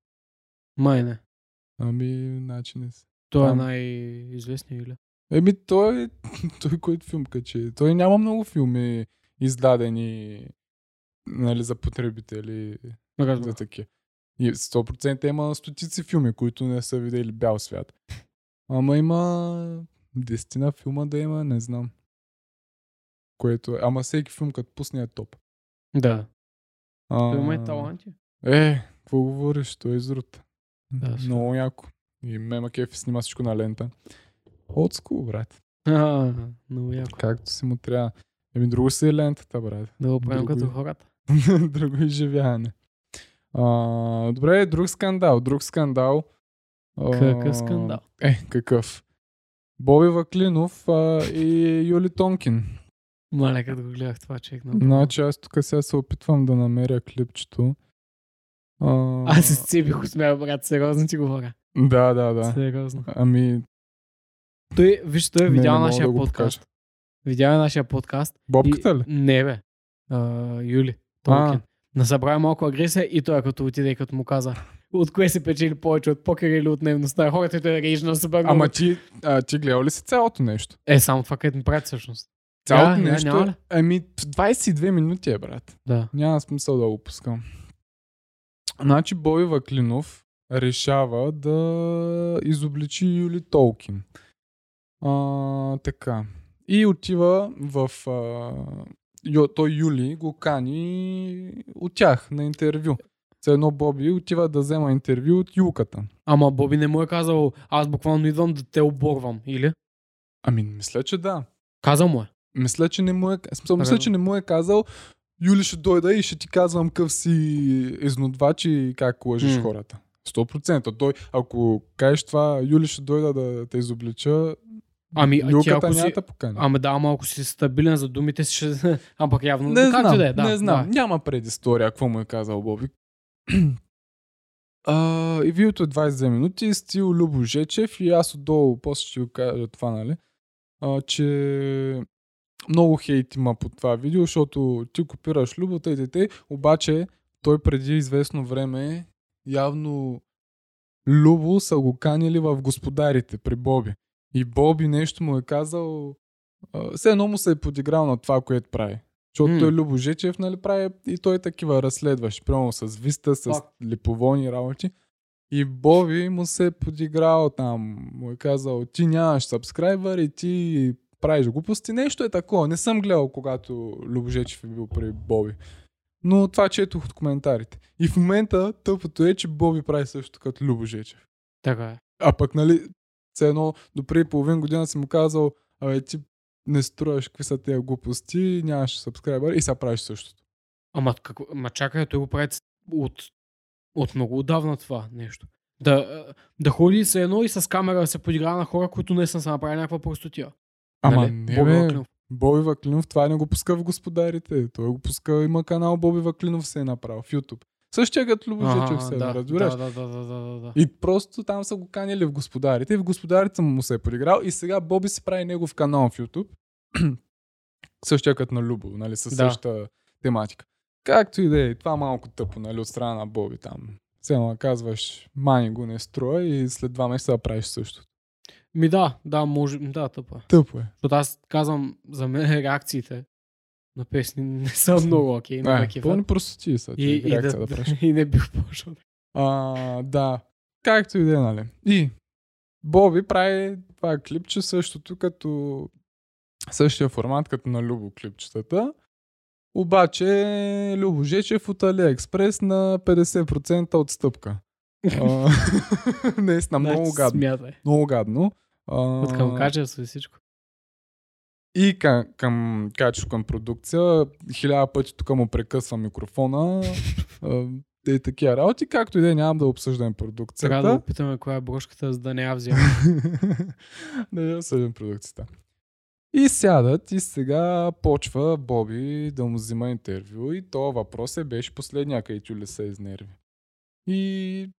Speaker 2: Май не.
Speaker 1: Ами, значи не си.
Speaker 2: Той е
Speaker 1: Там.
Speaker 2: най-известният или?
Speaker 1: Еми, той, е- той който филм качи. Той няма много филми издадени нали, за потребители, за
Speaker 2: Разбира.
Speaker 1: такива. И 100% има стотици филми, които не са видели бял свят. Ама има десетина филма да има, не знам. Което, е- ама всеки филм като пусне е топ.
Speaker 2: Да.
Speaker 1: А,
Speaker 2: Той има и таланти.
Speaker 1: Е, какво говориш, той е изрут.
Speaker 2: Да, супер.
Speaker 1: Много яко. И Мема Кефи снима всичко на лента. От school, брат.
Speaker 2: А, много яко.
Speaker 1: Както си му трябва. Еми, друго си е лентата, брат.
Speaker 2: Да го правим
Speaker 1: Друго
Speaker 2: като
Speaker 1: е.
Speaker 2: хората.
Speaker 1: друго е изживяване. А, добре, друг скандал. Друг скандал. А,
Speaker 2: Какъв скандал?
Speaker 1: Е, какъв? Боби Ваклинов а, и Юли Тонкин.
Speaker 2: Мале, като го гледах това, човек. много.
Speaker 1: Значи аз тук сега се опитвам да намеря клипчето. А,
Speaker 2: Аз се сцепих от смея, брат. Сериозно ти говоря.
Speaker 1: Да, да, да.
Speaker 2: Сериозно.
Speaker 1: Ами,
Speaker 2: Той, виж, той е
Speaker 1: Не, не
Speaker 2: видял
Speaker 1: мога
Speaker 2: нашия
Speaker 1: да го покажа.
Speaker 2: подкаст. Видял е нашия подкаст.
Speaker 1: Бобката
Speaker 2: и...
Speaker 1: ли?
Speaker 2: Не, бе. А, Юли. Толкин. Насъбра малко агресия и той като отиде и като му каза от кое се печели повече, от покер или от дневността на хората и той реже на супер много.
Speaker 1: Ама ти, а, ти гледал ли си цялото нещо?
Speaker 2: Е, само това където ми прави всъщност.
Speaker 1: Цялото
Speaker 2: Я- я
Speaker 1: нещо.
Speaker 2: няма ли?
Speaker 1: Ами, 22 минути е, брат.
Speaker 2: Да.
Speaker 1: Няма смисъл да го пускам. Значи Бой Ваклинов решава да изобличи Юли Толкин. А, така. И отива в... А, Йо, той Юли го кани от тях на интервю. С едно Боби отива да взема интервю от Юката.
Speaker 2: Ама Боби не му е казал, аз буквално идвам да те оборвам, или?
Speaker 1: Ами, мисля, че да.
Speaker 2: Казал му е.
Speaker 1: Мисля, че не му е, в смисъл, мисля,
Speaker 2: Редно.
Speaker 1: че не му е казал Юли ще дойда и ще ти казвам къв си изнодвач и как лъжиш
Speaker 2: М.
Speaker 1: хората. 100%. Той, ако кажеш това, Юли ще дойда да те изоблича,
Speaker 2: Ами, а ти
Speaker 1: Юлката
Speaker 2: ако
Speaker 1: няма
Speaker 2: си...
Speaker 1: да покани.
Speaker 2: Ама да, малко си стабилен за думите си, ще... Ама пък явно...
Speaker 1: не,
Speaker 2: Както
Speaker 1: знам,
Speaker 2: да е, да,
Speaker 1: не знам,
Speaker 2: Да.
Speaker 1: няма предистория, какво му е казал Боби. А, и видеото е 22 минути, стил Любо Жечев и аз отдолу после ще ви кажа това, нали? А, че много хейт има по това видео, защото ти копираш Любо, тъй, тъй, тъй, обаче той преди известно време явно Любо са го канили в господарите при Боби. И Боби нещо му е казал, а, все едно му се е подиграл на това, което прави. Защото
Speaker 2: М.
Speaker 1: той Любо Жечев, нали, прави и той такива разследващи, прямо с Виста, с
Speaker 2: Пак.
Speaker 1: липовони работи. И Боби му се е подиграл там, му е казал, ти нямаш сабскрайбър и ти правиш глупости. Нещо е такова. Не съм гледал, когато Любожечев е бил при Боби. Но това четох от коментарите. И в момента тъпото е, че Боби прави също като Любожечев.
Speaker 2: Така е.
Speaker 1: А пък, нали, все едно, до преди половин година си му казал, абе, ти не струваш какви са тези глупости, нямаш сабскрайбър и сега правиш същото.
Speaker 2: Ама, какво... Ма чакай, той го прави ц- от... от много отдавна това нещо. Да, е, да ходи с едно и с камера да се подигра на хора, които не са направили някаква простотия.
Speaker 1: Ама
Speaker 2: нали?
Speaker 1: не,
Speaker 2: Боби
Speaker 1: бе.
Speaker 2: Лаклинов.
Speaker 1: Боби Ваклинов това не го пуска в господарите. Той го пуска, има канал Боби Ваклинов се е направил в YouTube. Същия като Любожечев
Speaker 2: Аха,
Speaker 1: се е,
Speaker 2: да,
Speaker 1: да, разбираш.
Speaker 2: Да, да, да, да, да, да, да.
Speaker 1: И просто там са го канили в господарите. и В господарите му се е подиграл. И сега Боби си прави негов канал в YouTube. Същия като на Любо, нали, със
Speaker 2: Да.
Speaker 1: същата тематика. Както и да е, това малко тъпо, нали, от страна на Боби там. Сега казваш, мани го не струва и след два месеца да правиш също.
Speaker 2: Ми да, да, може, да, тъпа.
Speaker 1: Тъпо е.
Speaker 2: Защото аз казвам, за мен реакциите на песни не са много окей, не ме
Speaker 1: Е,
Speaker 2: кефят.
Speaker 1: пълни простоти са.
Speaker 2: И,
Speaker 1: И,
Speaker 2: и, да,
Speaker 1: да, да правиш.
Speaker 2: и не бих почнал.
Speaker 1: А, да. Както и да е, нали. И Боби прави това клипче същото като същия формат като на Любо клипчетата. Обаче Любо Жечев от Алиекспрес на 50% отстъпка. А, Наистина, много
Speaker 2: Значи,
Speaker 1: гадно.
Speaker 2: Смятай.
Speaker 1: Много гадно. А,
Speaker 2: От към кача си всичко.
Speaker 1: и към, към Качо към продукция. Хиляда пъти тук му прекъсва микрофона. а, и такива работи. Както и да е, нямам да обсъждаме продукцията.
Speaker 2: Трябва да опитаме коя е брошката, за да не я взема.
Speaker 1: да я съдим продукцията. И сядат и сега почва Боби да му взима интервю и то въпрос е беше последния, където ли се изнерви. И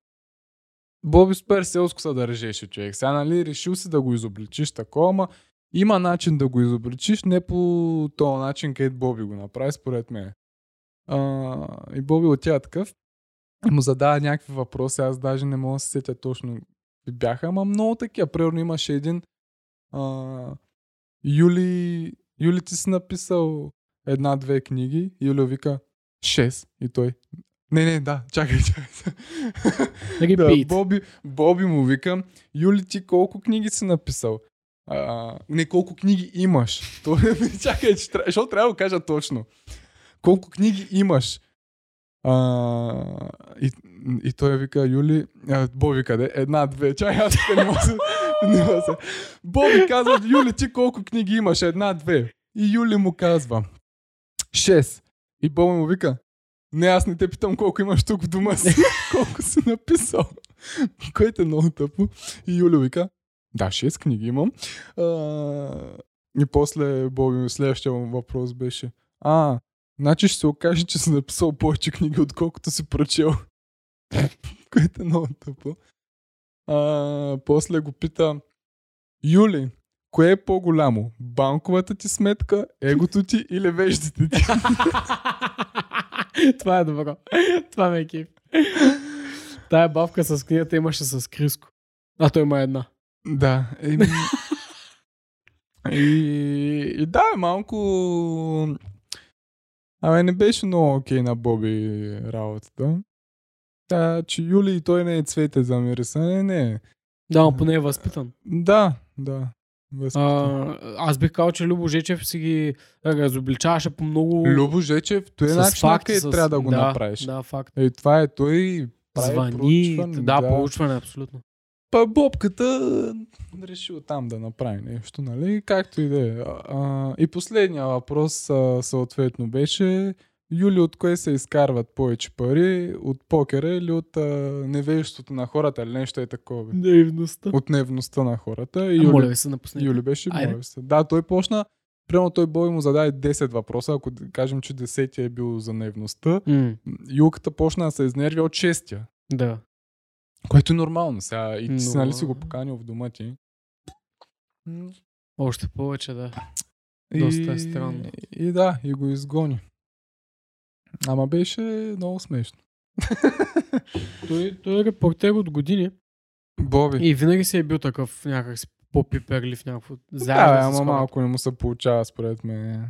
Speaker 1: Боби супер селско се държеше човек. Сега нали решил си да го изобличиш такова, ама има начин да го изобличиш, не по този начин, където Боби го направи, според мен. А, и Боби отива такъв и му задава някакви въпроси, аз даже не мога да се сетя точно какви бяха, ама много такива. Примерно имаше един а, Юли, Юли ти си написал една-две книги, Юлио вика 6 и той не, не, да, чакай, чакай.
Speaker 2: Repeat.
Speaker 1: Боби, Боби му вика, Юли, ти колко книги си написал? А, не, колко книги имаш? То, чакай, че, тря- защото трябва да го кажа точно. Колко книги имаш? А, и, и той вика, Юли, а, Боби къде? Една, две, чай, аз тук не мога да се- не мога да се. Боби казва, Юли, ти колко книги имаш? Една, две. И Юли му казва, шест. И Боби му вика, не, аз не те питам колко имаш тук в дома си, колко си написал. Което е много тъпо. И Юли вика, да, шест книги имам. А, и после Боби, следващия му въпрос беше, а, Значи ще се окаже, че си написал повече книги, отколкото си прочел. Което е много тъпо. А, после го пита Юли, Кое е по-голямо? Банковата ти сметка, егото ти или веждите ти?
Speaker 2: Това е добро. Това ме е кеф. Тая бавка с книгата имаше с Криско. А той има една.
Speaker 1: Да. Еми... и, и да, малко... Абе, не беше много окей на Боби работата. Та, че Юли и той не е цвете за мирисане, не е.
Speaker 2: Да, но поне е възпитан.
Speaker 1: Да, да. Възпитан.
Speaker 2: А, аз бих казал, че Любо Жечев си ги разобличаваше по много...
Speaker 1: Любо Жечев, той е
Speaker 2: с
Speaker 1: начинът,
Speaker 2: факти,
Speaker 1: къде
Speaker 2: с-
Speaker 1: трябва да го
Speaker 2: да,
Speaker 1: направиш.
Speaker 2: Да, факт.
Speaker 1: Е, това е той прави
Speaker 2: Звъни,
Speaker 1: проучване,
Speaker 2: да, да, проучване, абсолютно.
Speaker 1: Па бобката е, решил там да направи нещо, нали? Както и да е. А, а, И последния въпрос а, съответно беше Юли от кое се изкарват повече пари? От покера или от а, невежеството на хората или нещо е такова? бе?
Speaker 2: Наивността.
Speaker 1: От невността на хората. И
Speaker 2: А, моля
Speaker 1: Юли,
Speaker 2: ви се, напуснете.
Speaker 1: Юли беше
Speaker 2: Айде.
Speaker 1: моля се. Да, той почна. Прямо той Боби му зададе 10 въпроса, ако да кажем, че 10 е бил за наивността.
Speaker 2: М,
Speaker 1: Юлката почна да се изнервя от 6
Speaker 2: да.
Speaker 1: което е нормално сега. И ти си,
Speaker 2: Но-
Speaker 1: нали си го поканил в дома ти.
Speaker 2: Още повече, да.
Speaker 1: И-
Speaker 2: Доста е странно.
Speaker 1: И да, и го изгони. Ама беше много смешно.
Speaker 2: Той, той е репортер от години.
Speaker 1: Боби.
Speaker 2: И винаги си е бил такъв някакси по-пиперлив, някакво
Speaker 1: Да, бе,
Speaker 2: заедно
Speaker 1: ама малко не му се получава, според мен.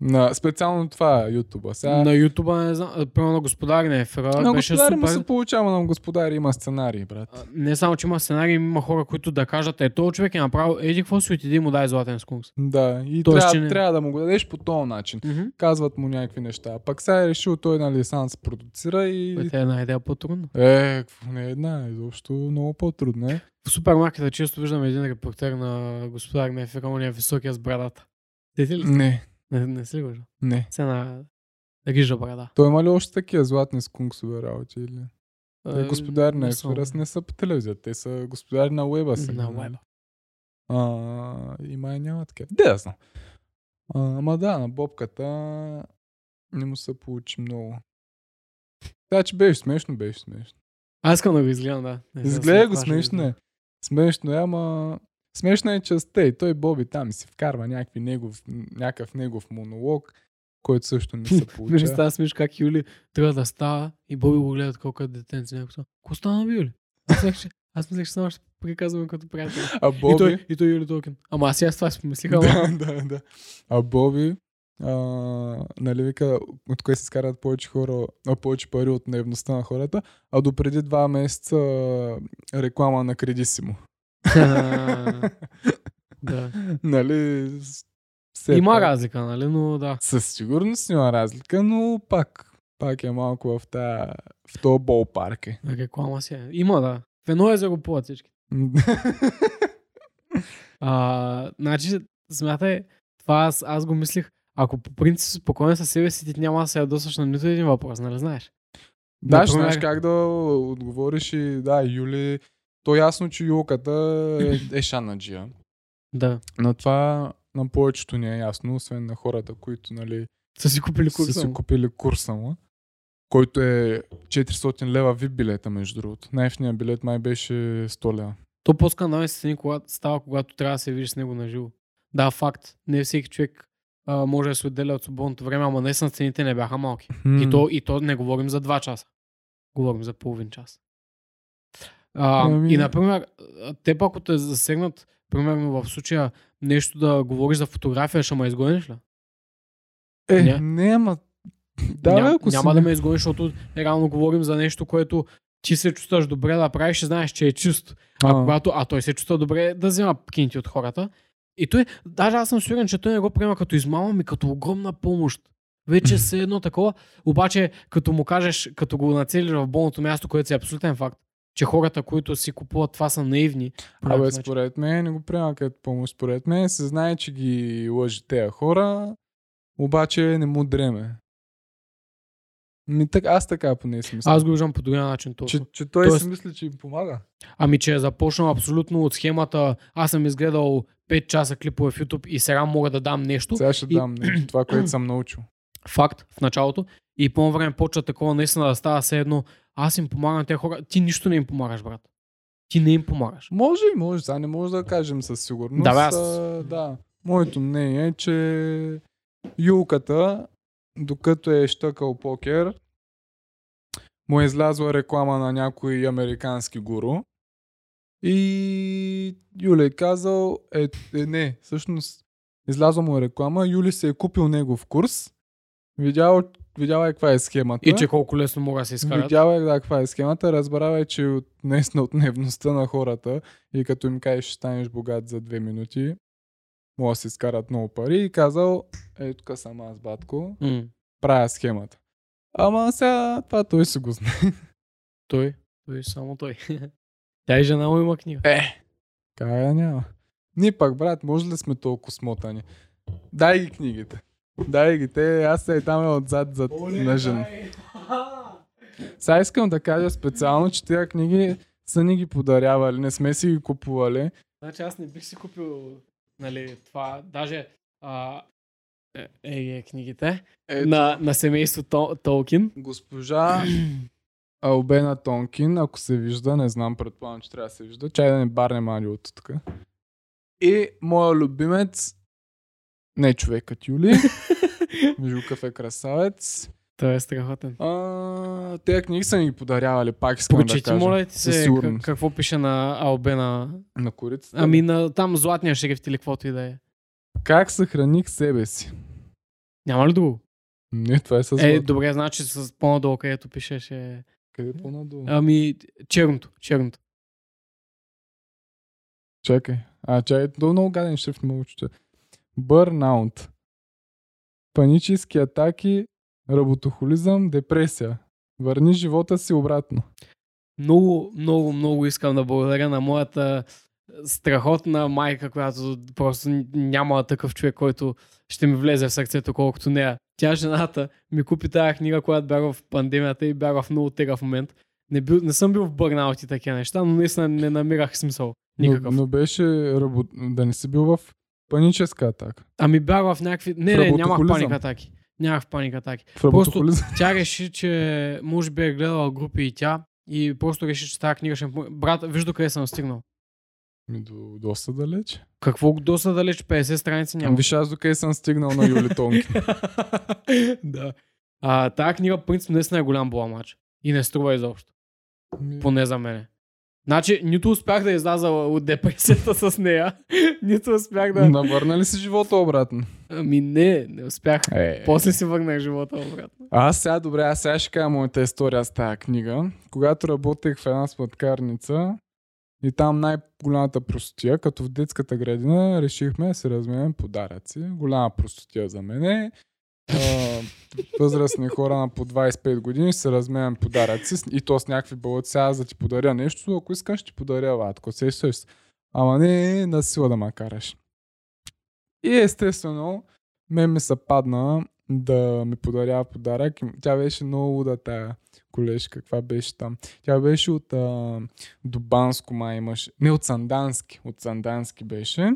Speaker 1: На, специално това е ютуба. Сега,
Speaker 2: На Ютуба не знам. а, Примерно на господари на ефера.
Speaker 1: на
Speaker 2: беше
Speaker 1: господари
Speaker 2: супер.
Speaker 1: му се получава, но на господари има сценарии, брат.
Speaker 2: А, Не само, че има сценарий, има хора, които да кажат, е, този човек е направил еди какво си отиди и му дай златен скункс.
Speaker 1: Да, и
Speaker 2: Тоест,
Speaker 1: трябва,
Speaker 2: че не-
Speaker 1: трябва да му го дадеш по този начин.
Speaker 2: Mm-hmm.
Speaker 1: Казват му някакви неща. А Пък сега е решил той, нали, сам се продуцира и...
Speaker 2: Това е една идея по-трудна.
Speaker 1: Е, какво не е една, изобщо много по-трудно е.
Speaker 2: В супермаркета често виждаме един репортер на господар на ефира, он е високия с брадата. Сети ли? се?
Speaker 1: Не,
Speaker 2: Не, не си ли го виждал?
Speaker 1: не.
Speaker 2: С една рижа брада.
Speaker 1: Той има ли още такива златни скунксове работи или? Те
Speaker 2: Е,
Speaker 1: господари на
Speaker 2: не съм.
Speaker 1: Експрес не са по телевизия, те са господари на уеба сега.
Speaker 2: На
Speaker 1: нали?
Speaker 2: уеба.
Speaker 1: А, и май няма такива. Де да знам. А, ама да, на бобката не му се получи много. Така че беше смешно, беше смешно.
Speaker 2: Аз искам да го изгледам, Е, да. Не знам,
Speaker 1: Изгледа го,
Speaker 2: това ще
Speaker 1: смешно
Speaker 2: изгледам.
Speaker 1: е. Смешно е, ама... Смешно е частта и той Боби там си вкарва някакви негов, някакъв негов монолог, който също не се
Speaker 2: Виж,
Speaker 1: получава.
Speaker 2: става смеш как Юли трябва да става и Боби го гледа колко е детенце. Някакво. Ко стана бе, Юли? Аз мислех, че- Аз мислех, че само ще приказваме като приятел.
Speaker 1: А Боби...
Speaker 2: И той, и той Юли Толкин. Ама аз и аз това си помислих, ама
Speaker 1: Да, да, да. А Боби, а, нали вика, от кое се скарат повече хора, а повече пари от наивността на хората, а до преди два месеца а, реклама на Кредисимо.
Speaker 2: А, да.
Speaker 1: нали? с- все
Speaker 2: Има
Speaker 1: пак.
Speaker 2: разлика, нали? Но да.
Speaker 1: Със сигурност има разлика, но пак, пак е малко в тая, в то болпарк е.
Speaker 2: Реклама си е. Има, да. В едно е загубуват всички. А, значи, смятай, това аз, аз го мислих. Ако по принцип си спокоен със себе си, ти няма да се ядосаш на нито един въпрос, нали знаеш?
Speaker 1: Да, ще
Speaker 2: Например-
Speaker 1: знаеш как да отговориш и да, Юли, то е ясно, че Юлката е, е шанаджия.
Speaker 2: Да.
Speaker 1: На това на повечето не е ясно, освен на хората, които нали,
Speaker 2: Са си купили
Speaker 1: са
Speaker 2: курса.
Speaker 1: си
Speaker 2: му.
Speaker 1: купили курса му, който е 400 лева VIP билета, между другото. Най-ефтиният билет май беше 100 лева.
Speaker 2: То по-скандален сцени когато, става, когато трябва да се видиш с него на живо. Да, факт. Не всеки човек а, може да се отделя от свободното време, ама наистина цените не бяха малки. И то, и то не говорим за 2 часа. Говорим за половин час. А,
Speaker 1: Ами-
Speaker 2: И, например, а, те пък, ако те засегнат, примерно в случая, нещо да говориш за фотография, ще ме изгониш ли?
Speaker 1: Е,
Speaker 2: ня-
Speaker 1: не, ама... Да, бе,
Speaker 2: Ням-
Speaker 1: ако
Speaker 2: няма
Speaker 1: си...
Speaker 2: да ме изгониш, защото реално говорим за нещо, което ти се чувстваш добре да правиш и знаеш, че е чисто.
Speaker 1: А,
Speaker 2: Когато, а той се чувства добре да взема кинти от хората. И той, даже аз съм сигурен, че той не го приема като измама, ми като огромна помощ. Вече се едно такова, обаче като му кажеш, като го нацелиш в болното място, което си е абсолютен факт, че хората, които си купуват това са наивни. по
Speaker 1: Абе,
Speaker 2: някакъв начин.
Speaker 1: според мен не го приема като помощ. Според мен се знае, че ги лъжи тези хора, обаче не му дреме. Ми, так, аз така поне си мисля.
Speaker 2: Аз го виждам по другия начин толкова.
Speaker 1: Че, че той
Speaker 2: Тоест-
Speaker 1: си мисли, че им помага.
Speaker 2: Ами, че е започнал абсолютно от схемата, аз съм изгледал 5 часа клипове в YouTube и сега мога да дам нещо.
Speaker 1: Сега ще
Speaker 2: И-
Speaker 1: дам нещо, това, което съм научил.
Speaker 2: факт в началото и по време почва такова наистина да става все едно аз им помагам на тези хора, ти нищо не им помагаш, брат. ти не им помагаш.
Speaker 1: Може и може, сега не може да кажем със сигурност.
Speaker 2: Да, бе, аз-
Speaker 1: а, да. Моето мнение е, че юлката, докато е щъкал покер, му е излязла реклама на някой американски гуру. И Юли е казал, е, е не, всъщност излязла му е реклама, Юли се е купил негов курс, видял, видяла е каква е схемата.
Speaker 2: И че колко лесно мога да се изкарат.
Speaker 1: Видяла е да, каква е схемата, разбрава е, че от днесна от дневността на хората и като им кажеш, ще станеш богат за две минути, може да се изкарат много пари и казал, е, тук съм аз, батко,
Speaker 2: М,
Speaker 1: правя схемата. Ама сега това той си го знае.
Speaker 2: Той, той, само той. Тя и жена му има книга.
Speaker 1: Е, кая няма. Ние пак, брат, може ли сме толкова смотани? Дай ги книгите. Дай ги, те, аз се там е отзад зад на жена. Сега искам да кажа специално, че тези книги са ни ги подарявали, не сме си ги купували.
Speaker 2: Значи аз не бих си купил нали, това, даже а, е, е, е, книгите
Speaker 1: Ето.
Speaker 2: на, на семейство Тол- Толкин.
Speaker 1: Госпожа Албена Тонкин, ако се вижда, не знам, предполагам, че трябва да се вижда. Чай да не барне малиото тук. И моя любимец, не човекът Юли, Жуков е красавец.
Speaker 2: Той е страхотен.
Speaker 1: А, те книги са ни ги подарявали, пак искам да
Speaker 2: Прочети,
Speaker 1: кажа.
Speaker 2: моля ти
Speaker 1: Със
Speaker 2: се,
Speaker 1: сигурност.
Speaker 2: к- какво пише на Албена.
Speaker 1: На курицата.
Speaker 2: Ами на там златния шрифт или каквото и да е.
Speaker 1: Как съхраних себе си?
Speaker 2: Няма ли друго?
Speaker 1: Не, това е със
Speaker 2: Е,
Speaker 1: е, до...
Speaker 2: добре, значи с по-надолу, където пишеше.
Speaker 1: Къде е по-надолу?
Speaker 2: Ами, черното, черното.
Speaker 1: Чакай. А, чакай, до много гаден шрифт мога да чета. Бърнаут. Панически атаки, работохолизъм, депресия. Върни живота си обратно.
Speaker 2: Много, много, много искам да благодаря на моята страхотна майка, която просто н- няма такъв човек, който ще ми влезе в сърцето, колкото нея. Тя, жената, ми купи тази книга, която бях в пандемията и бях в много тегъв момент. Не, бил, не съм бил в бърнаут и такива неща, но наистина не намирах смисъл.
Speaker 1: Но,
Speaker 2: Никакъв.
Speaker 1: но беше работ... да не си бил в паническа атака.
Speaker 2: Ами бях в някакви... Не, не, нямах
Speaker 1: работохолизъм.
Speaker 2: паника атаки. Нямах паника атаки.
Speaker 1: В работохолизъм. Просто...
Speaker 2: Тя реши, че може би е гледала групи и тя и просто реши, че тази книга ще... ми пом- Брат, виж до къде съм стигнал.
Speaker 1: Ми, до, доста далеч.
Speaker 2: Какво доста далеч, 50 страници няма.
Speaker 1: Няма. Виж аз докъде съм стигнал на Юли Тонки.
Speaker 2: да. А, тая книга, принцип, наистина е голям бламач. И не струва изобщо.
Speaker 1: Ми,
Speaker 2: Поне за мене. Значи, нито успях да изляза от депресията с нея, нито успях да...
Speaker 1: Навърна ли си живота обратно?
Speaker 2: Ами не, не успях.
Speaker 1: Е.
Speaker 2: После си върнах живота обратно.
Speaker 1: Аз сега, добре, аз сега ще кажа моята история с тази книга. Когато работех в една сладкарница и там най-голямата простотия, като в детската градина, решихме да се разменяме подаръци. Голяма простотия за мене. А, възрастни хора на по 25 години ще се разменям подаръци с- и то с някакви бълъци. Сега за ти подаря нещо, ако искаш, ще ти подаря ватко. Се сещаш се. Ама не, на сила да ма караш. И естествено, мен ми се падна да ми подарява подарък. И Тя беше много луда тая колежка. Каква беше там? Тя беше от а, Дубанско май имаше. Не, от Сандански. От Сандански беше.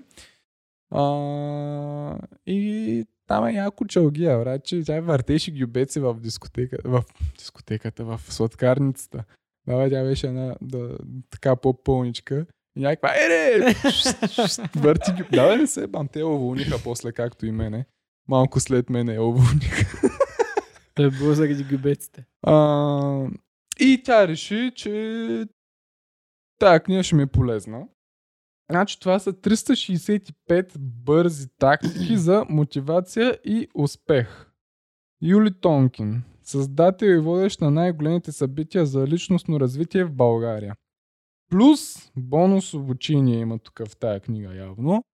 Speaker 1: А, и там е яко чалгия, брат, че тя въртеше гюбеци в дискотека, в дискотеката, в сладкарницата. Давай, тя беше една да, така по-пълничка. И някаква, ере! Върти ги. Да, не се бам, те я уволниха после, както и мене. Малко след мене я уволниха.
Speaker 2: Той е бил заради гюбеците.
Speaker 1: А, и тя реши, че тая книга ще ми е полезна. Значи това са 365 бързи тактики за мотивация и успех. Юли Тонкин, създател и водещ на най-големите събития за личностно развитие в България. Плюс бонус обучение има тук в тая книга явно.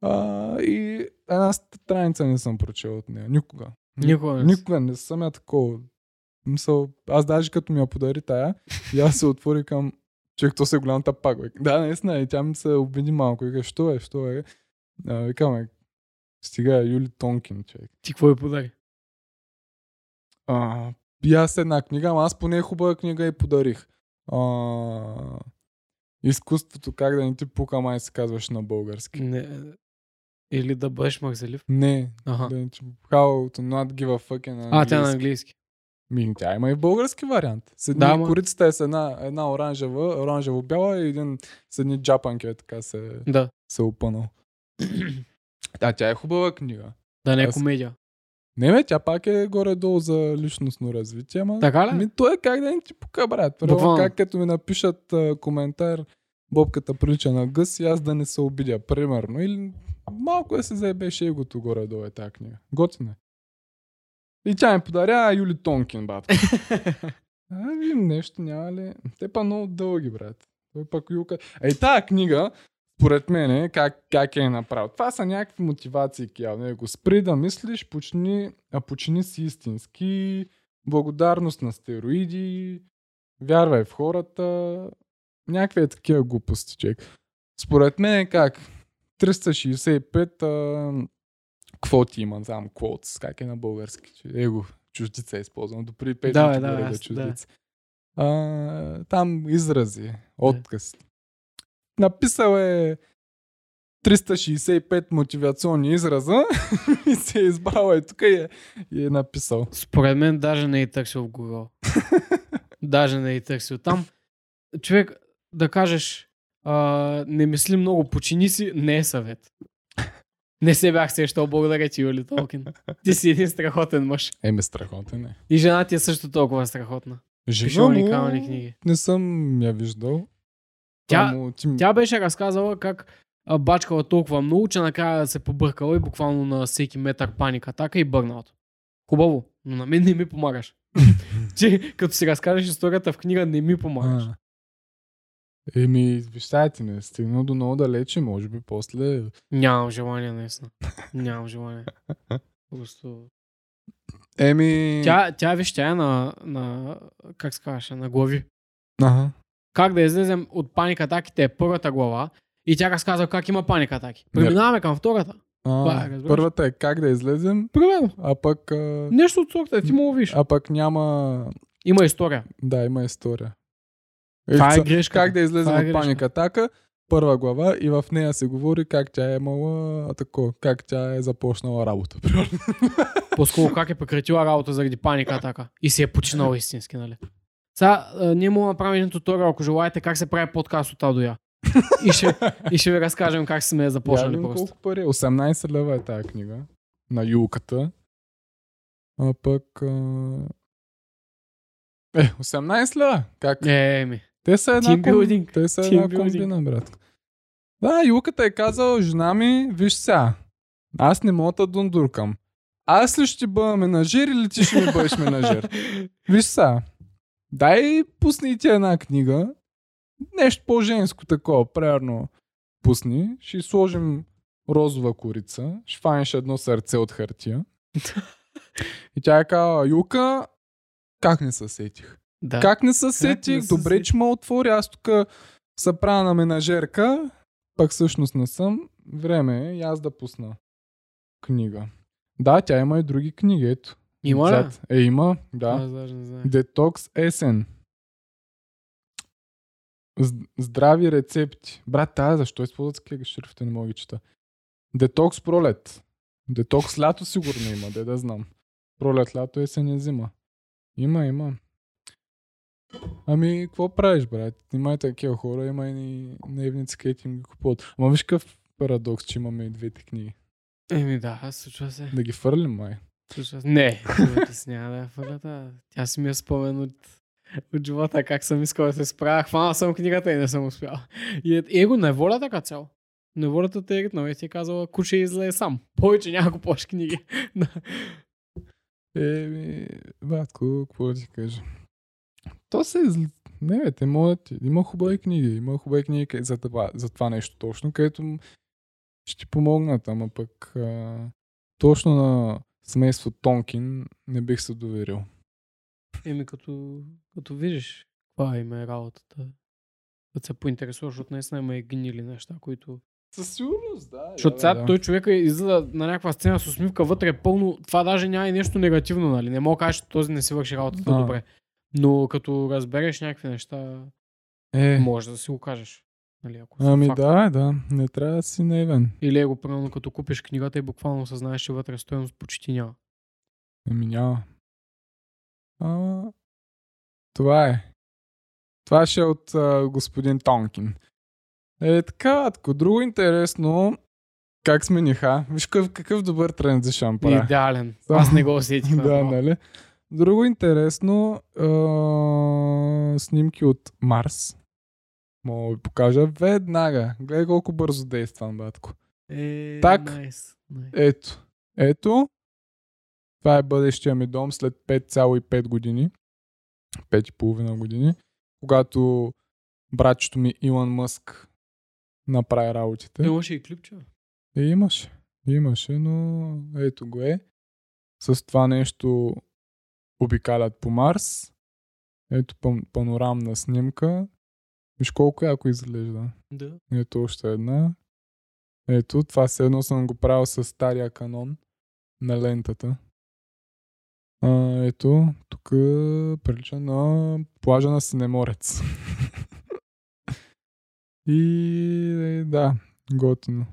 Speaker 1: А, и една страница не съм прочел от нея. Никога.
Speaker 2: Никога не си.
Speaker 1: Никога не съм я такова. Мисъл, аз даже като ми я подари тая, и аз се отвори към човек, то се е голям тапак. Бе. Да, наистина, и тя ми се обиди малко. Вика, що е, що е? А, викаме, стига Юли Тонкин, човек.
Speaker 2: Ти какво е подари?
Speaker 1: А, и аз една книга, ама аз поне хубава книга и подарих. А, изкуството как да не ти пука, май се казваш на български.
Speaker 2: Не. е, Или да бъдеш махзелив.
Speaker 1: Не,
Speaker 2: Аха.
Speaker 1: да не ти how to not give a fucking
Speaker 2: А, тя на английски.
Speaker 1: Ми, тя има и български вариант. С едни
Speaker 2: Да,
Speaker 1: да,
Speaker 2: ма.
Speaker 1: корицата е с една, една оранжева, оранжево-бяла и един с едни джапанки е така се,
Speaker 2: Да.
Speaker 1: се опънал. А тя е хубава книга.
Speaker 2: Да не е
Speaker 1: Аз-
Speaker 2: комедия.
Speaker 1: Не, бе, тя пак е горе-долу за личностно развитие, ама...
Speaker 2: Така ли?
Speaker 1: Ми, то е как да ни ти пука, брат. Първо,
Speaker 2: Буквално.
Speaker 1: как като ми напишат а, коментар, бобката прилича на гъс и аз да не се обидя, примерно. Или малко да се заебеше егото горе-долу е тази книга. Готина е. И тя ми подаря Юли Тонкин, брат. А, видим нещо, няма ли? Те па много дълги, брат. Той пак юка. Ей, тая книга, според мен, как, как е направил. Това са някакви мотивации, явно. Ако спри да мислиш, почни, а почини си истински, благодарност на стероиди, вярвай в хората, някакви е такива глупости, човек. Според мен е как 365 а, квоти има, знам, квотс, как е на български. че- Его, чуждица е използвам. Допри 5
Speaker 2: Да,
Speaker 1: да,
Speaker 2: бе, да,
Speaker 1: да,
Speaker 2: аз-
Speaker 1: да,
Speaker 2: да.
Speaker 1: чуждица. А, там изрази, отказ. Написал е 365 мотивационни израза и се е избрал е тук и е, и е написал.
Speaker 2: Според мен даже не е търсил в Google. даже не е търсил там. Човек, да кажеш, а, не мисли много, почини си, не е съвет. Не се бях сещал, благодаря ти, Юли Толкин. Ти си един страхотен мъж.
Speaker 1: Еме, страхотен е.
Speaker 2: И жена ти е също толкова страхотна. Пише
Speaker 1: Жена
Speaker 2: уникални
Speaker 1: му,
Speaker 2: книги.
Speaker 1: не съм я виждал.
Speaker 2: Тя-
Speaker 1: Само ти...
Speaker 2: Тя беше разказала как а, бачкала толкова много, че накрая се побъркала и буквално на всеки метър паника, атака и бърнаут. Хубаво, но на мен не ми помагаш. Че като си разкажеш историята в книга, не ми помагаш.
Speaker 1: А. Еми, вижте, ти не е стигнал до много далече, може би после...
Speaker 2: Нямам желание, наистина. Нямам желание. Просто...
Speaker 1: Еми...
Speaker 2: Тя, тя виж, тя е на, на, как се казваше, на глави.
Speaker 1: Ага.
Speaker 2: Как да излезем от паника атаките е първата глава и тя разказва как има паника атаки.
Speaker 1: Не.
Speaker 2: Преминаваме към втората. Това
Speaker 1: А,
Speaker 2: е, разбираш?
Speaker 1: първата е как да излезем,
Speaker 2: Примерно.
Speaker 1: а пък... А,
Speaker 2: Нещо от сорта, ти му го виж.
Speaker 1: а пък няма...
Speaker 2: Има история.
Speaker 1: Да, има история.
Speaker 2: Това е
Speaker 1: Ца-
Speaker 2: грешка.
Speaker 1: Как да излезем
Speaker 2: Това е
Speaker 1: от
Speaker 2: грешка.
Speaker 1: паника атака, първа глава и в нея се говори как тя е имала а, тако, как тя е започнала работа. примерно.
Speaker 2: По-скоро как е прекратила работа заради паника атака. И се е починала истински, нали? Сега, а, ние му направим един туториал, ако желаете, как се прави подкаст от А до Я. И ще, и ще ви разкажем как сме
Speaker 1: Я
Speaker 2: започнали
Speaker 1: видим
Speaker 2: просто.
Speaker 1: колко пари. е. 18 лева е тая книга на юлката. А пък... А... Е, 18 лева. Как?
Speaker 2: Е, е, ми.
Speaker 1: Те са една,
Speaker 2: Тимбилдинг.
Speaker 1: Те са една
Speaker 2: Тимбилдинг.
Speaker 1: комбина, брат. Да, Юлката е казала, жена ми, виж сега, аз не мога да дундуркам. Аз ли ще бъда менажер или ти ще ми бъдеш менажер? Виж сега, дай пусни ти една книга, нещо по-женско такова, примерно пусни, ще й сложим розова корица, ще фанеш едно сърце от хартия. И тя е казала, Юка, как не се сетих?
Speaker 2: Да.
Speaker 1: Как не се
Speaker 2: не
Speaker 1: сетих?
Speaker 2: се
Speaker 1: Добре,
Speaker 2: сетих?
Speaker 1: че ме отвори. Аз тук се правя на менажерка, пък всъщност не съм. Време е и аз да пусна книга. Да, тя има и други книги, ето.
Speaker 2: Има ли?
Speaker 1: Зад. Е, има, да.
Speaker 2: Аз даже не знам.
Speaker 1: Детокс есен. З- Здрави рецепти. Брат, тази защо използват такива шрифта, не мога ги чета. Детокс пролет. Детокс лято сигурно има, де да знам. Пролет, лято, есен и зима. Има, има. Ами, какво правиш, брат? Има и такива хора, има и наивници, където им ги купуват. Ама виж какъв парадокс, че имаме и двете книги.
Speaker 2: Еми да, аз случва се.
Speaker 1: Да ги фърлим, май.
Speaker 2: Случва се. Не, думата си няма да я фърля. да. Тя си ми е спомен от, от живота, как съм искал да се справя. Хванал съм книгата и не съм успял. И е- его неволя така цяло. Неволята те е ритнала и ти е казала, куче излее сам. Повече няма купуваш книги.
Speaker 1: Еми, батко, Е, какво да ти кажа? То се изл... Не, бе, те могат... Има хубави книги. Има хубави книги къде- за това, за това нещо точно, където м- ще ти помогнат, ама пък а... точно на семейство Тонкин не бих се доверил.
Speaker 2: Еми като, като видиш каква им е работата. Като се поинтересуваш от наистина има и гнили неща, които
Speaker 1: Със сигурност, да.
Speaker 2: Защото сега той човек е излиза на някаква сцена с усмивка вътре е пълно. Това даже няма и нещо негативно, нали? Не мога да кажа, че този не си върши работата
Speaker 1: Да.
Speaker 2: добре. Но като разбереш някакви неща,
Speaker 1: Е,
Speaker 2: може да си го кажеш. Нали, ако са
Speaker 1: ами
Speaker 2: факт.
Speaker 1: да, да. Не трябва да си наивен.
Speaker 2: Или е го примерно като купиш книгата и буквално съзнаеш, че вътре стоеност почти няма.
Speaker 1: Ами няма. А, това е. Това ще е от а, господин Тонкин. Е така, ако друго интересно, как смениха. Виж какъв, какъв добър транзишън прави.
Speaker 2: Идеален.
Speaker 1: Само-
Speaker 2: Аз не го усетих.
Speaker 1: да,
Speaker 2: направо.
Speaker 1: нали? Друго интересно, а, снимки от Марс. Мога да ви покажа веднага. Гледай колко бързо действам, батко.
Speaker 2: Е,
Speaker 1: Так.
Speaker 2: Nice, nice.
Speaker 1: Ето. Ето. Това е бъдещия ми дом след 5,5 години. 5,5 години. Когато братчето ми Илон Мъск направи работите.
Speaker 2: Имаше и клипче.
Speaker 1: Е, имаше. Имаше, но ето го е. С това нещо обикалят по Марс. Ето пан- панорамна снимка. Виж колко яко изглежда.
Speaker 2: Да.
Speaker 1: Ето още една. Ето, това все едно съм го правил с стария канон на лентата. А, ето, тук прилича на плажа на Синеморец. И е, да, готино.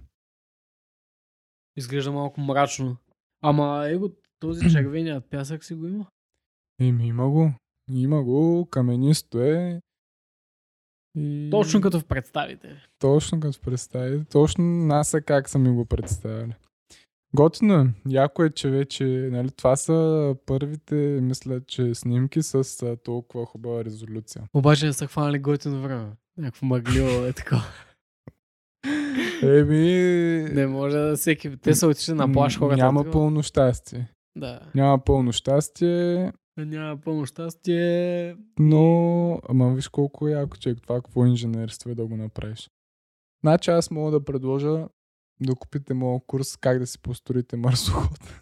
Speaker 2: Изглежда малко мрачно. Ама его, този червеният пясък си го има.
Speaker 1: Еми, има го. Има го, каменисто е. И...
Speaker 2: Точно като в представите.
Speaker 1: Точно като представи. Точно NASA как са ми го представили. Готино е. Яко е, че вече, нали, това са първите, мисля, че снимки с а, толкова хубава резолюция.
Speaker 2: Обаче не са хванали готино време. Някакво мъглило е такова.
Speaker 1: Еми,
Speaker 2: Не може да всеки. Те са отишли на плаш
Speaker 1: м,
Speaker 2: хората.
Speaker 1: Няма
Speaker 2: такива.
Speaker 1: пълно щастие.
Speaker 2: Да.
Speaker 1: Няма пълно щастие,
Speaker 2: Няма пълно щастие.
Speaker 1: но ама виж колко е яко, че това какво инженерство е да го направиш. Значи аз мога да предложа да купите моят курс как да си построите марсоход.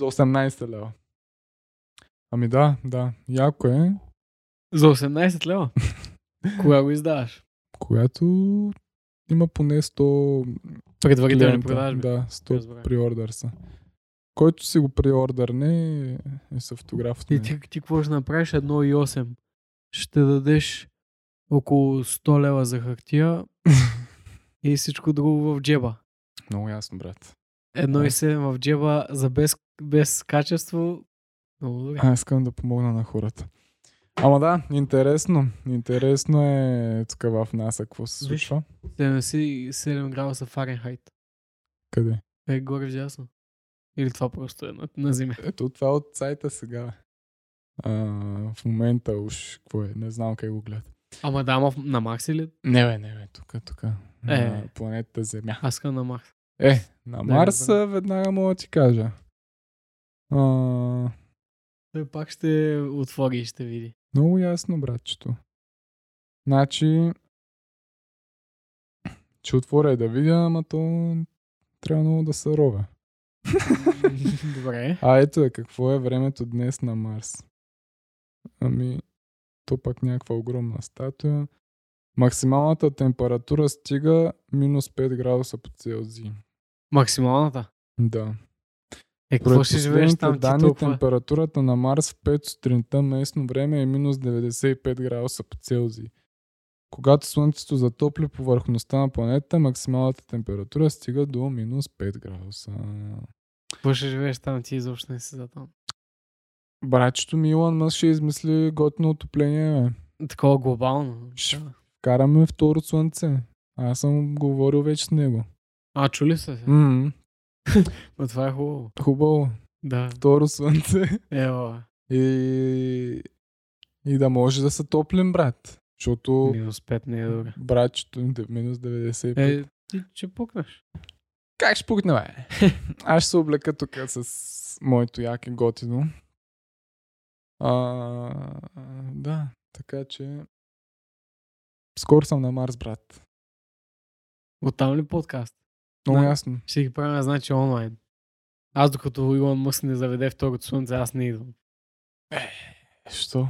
Speaker 1: За 18 лева. Ами да, да, яко е,
Speaker 2: За 18 лева. Кога го издаваш?
Speaker 1: когато има поне 100
Speaker 2: Предварителни
Speaker 1: клиента.
Speaker 2: продажби.
Speaker 1: Да, 100
Speaker 2: Разбрах.
Speaker 1: приордърса. Който си го приордърне е с автограф. от
Speaker 2: И
Speaker 1: мен.
Speaker 2: ти, ти какво ще направиш? 1,8. Ще дадеш около 100 лева за хартия и всичко друго в джеба.
Speaker 1: Много ясно, брат.
Speaker 2: 1,7 в джеба за без, без качество. Много добре.
Speaker 1: А, искам да помогна на хората. Ама да, интересно. Интересно е тук в нас какво се
Speaker 2: Виж.
Speaker 1: случва.
Speaker 2: 77 градуса Фаренхайт.
Speaker 1: Къде?
Speaker 2: Е, горе в дясно. Или това просто е на, на земя.
Speaker 1: Ето това е от сайта сега. А, в момента уж какво е, не знам къде го гледат.
Speaker 2: Ама да, ама в- на Макс или?
Speaker 1: Не бе, не бе, тук, тук. На
Speaker 2: Е.
Speaker 1: планетата Земя.
Speaker 2: Аз искам на Макс.
Speaker 1: Е, на
Speaker 2: Да,
Speaker 1: Марс
Speaker 2: разбрах.
Speaker 1: а, веднага мога да ти кажа. А,
Speaker 2: Той пак ще отвори и ще види.
Speaker 1: много ясно, братчето. Значи, ще отворя и да видя, ама то трябва много да се ровя.
Speaker 2: Добре.
Speaker 1: А ето е, какво е времето днес на Марс? Ами, то пак някаква огромна статуя. Максималната температура стига минус 5 градуса по Целзий.
Speaker 2: Максималната.
Speaker 1: Да.
Speaker 2: Е, какво
Speaker 1: Според
Speaker 2: ще живееш
Speaker 1: последните
Speaker 2: там ти
Speaker 1: данни,
Speaker 2: толкова?
Speaker 1: температурата на Марс в 5 сутринта местно време е минус 95 градуса по Целзий. Когато Слънцето затопли повърхността на планетата, максималната температура стига до минус 5 градуса.
Speaker 2: Какво ще живееш там ти изобщо не си за там?
Speaker 1: Братчето ми Илон Мъск ще измисли готино отопление. Бе.
Speaker 2: Такова глобално.
Speaker 1: Ш-
Speaker 2: Да.
Speaker 1: караме второ слънце. Аз съм говорил вече с него.
Speaker 2: А, чули са се?
Speaker 1: Mm.
Speaker 2: Но това е хубаво. Е,
Speaker 1: Хубаво.
Speaker 2: Да.
Speaker 1: Второ слънце.
Speaker 2: Ева.
Speaker 1: И... И да може да се топлим, брат. Защото
Speaker 2: Минус 5 не е добре.
Speaker 1: братчето им е минус 95.
Speaker 2: Е, ти ще пукнеш.
Speaker 1: Как ще пукне, бе? Аз ще се облека тук с моето яке готино. А, да, така че... Скоро съм на Марс, брат.
Speaker 2: Оттам ли подкаст?
Speaker 1: Много
Speaker 2: Да.
Speaker 1: ясно.
Speaker 2: Ще ги правим, значи, онлайн. Аз докато Илон Мъск не заведе второто слънце, аз не идвам.
Speaker 1: Е, Що?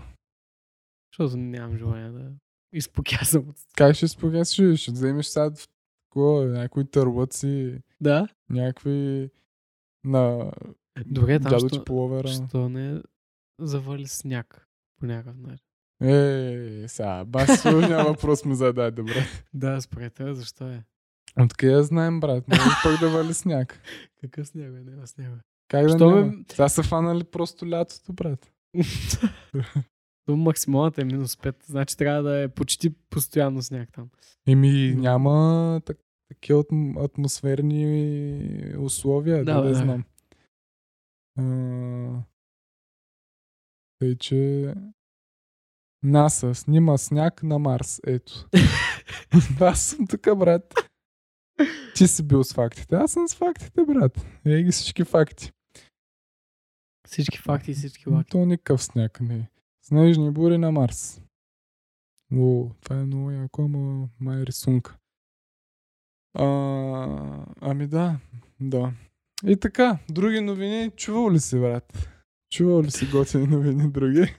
Speaker 2: Защото нямам желание да изпокясам. от-
Speaker 1: Как ще спогаш? Ще, ще вземеш сега в такова, някои търлъци,
Speaker 2: Да?
Speaker 1: някакви на
Speaker 2: Добре, там
Speaker 1: дядо ти
Speaker 2: ще...
Speaker 1: половера.
Speaker 2: Що не завали сняг по някакъв начин?
Speaker 1: Е, сега, бас сложния въпрос ми зададе, брат.
Speaker 2: Да, според тебе, защо е?
Speaker 1: Откъде я знаем, брат? Може пък да вали сняг.
Speaker 2: Какъв сняг е? Няма сняг. бе.
Speaker 1: Как да
Speaker 2: Що бе?
Speaker 1: няма? Сега са фанали просто лятото, брат.
Speaker 2: До максималната е минус 5, значи трябва да е почти постоянно сняг там.
Speaker 1: Еми, няма так- такива атм- атмосферни условия, да,
Speaker 2: Да,
Speaker 1: да,
Speaker 2: да.
Speaker 1: знам. А, Тъй, че... НАСА снима сняг на Марс. Ето. Аз съм тук, брат. Ти си бил с фактите. Аз съм с фактите, брат. Ей ги всички факти.
Speaker 2: Всички факти и всички лаки.
Speaker 1: То никакъв сняг не е. Снежни бури на Марс. О, това е много яко, ама май е рисунка. А, ами да, да. И така, други новини, чувал ли си, брат? Чувал ли си готини новини други?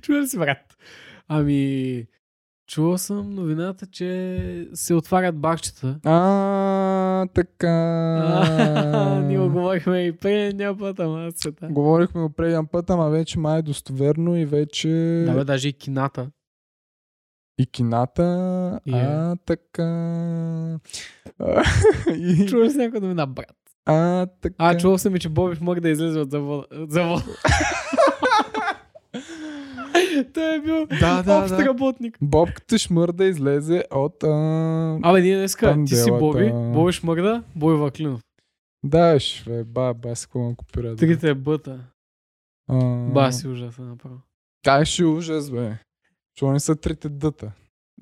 Speaker 2: Чува ли си, брат? Ами, чувал съм новината, че се отварят бахчета.
Speaker 1: А,
Speaker 2: А, Ние го
Speaker 1: така.
Speaker 2: говорихме и предния път, ама аз света.
Speaker 1: Говорихме го преден път, ама вече май е достоверно и вече
Speaker 2: Да, бе, даже и кината.
Speaker 1: и кината. А,
Speaker 2: Е.
Speaker 1: така. А, и-
Speaker 2: Чува ли си някоя новина, брат?
Speaker 1: А, така.
Speaker 2: А, чувал съм и, че Бобив мък да излезе от завода. От завода. Той е бил
Speaker 1: Да, да,
Speaker 2: общ
Speaker 1: да.
Speaker 2: работник.
Speaker 1: Бобката Шмърда излезе от... А...
Speaker 2: Абе, ние днеска,
Speaker 1: Там
Speaker 2: ти си
Speaker 1: делата.
Speaker 2: Боби, Боби Шмърда, Боби Ваклинов.
Speaker 1: Да, шве, ба, баси, какво ме копира. да.
Speaker 2: Трите е бъта.
Speaker 1: А...
Speaker 2: Баси ужаса направо.
Speaker 1: Та ще е ужас, бе. Що не са трите дъта?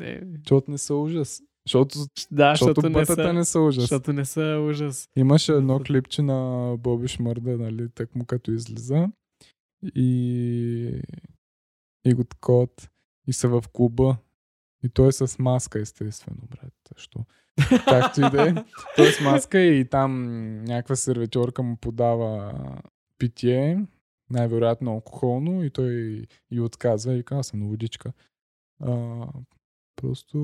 Speaker 2: Не,
Speaker 1: Защото не са ужас. Защото,
Speaker 2: Е, Да,
Speaker 1: защото
Speaker 2: защото не
Speaker 1: бътата
Speaker 2: са,
Speaker 1: не са ужас.
Speaker 2: защото не са ужас.
Speaker 1: Имаше едно клипче на Боби Шмърда, нали, так му като излиза. И, и го такот. И са в клуба. И той е с маска, естествено, брат. Защо? Както и да е. Той е с маска и там някаква сервиторка му подава питие, най-вероятно алкохолно, и той и отказва и казва, съм на водичка. А, просто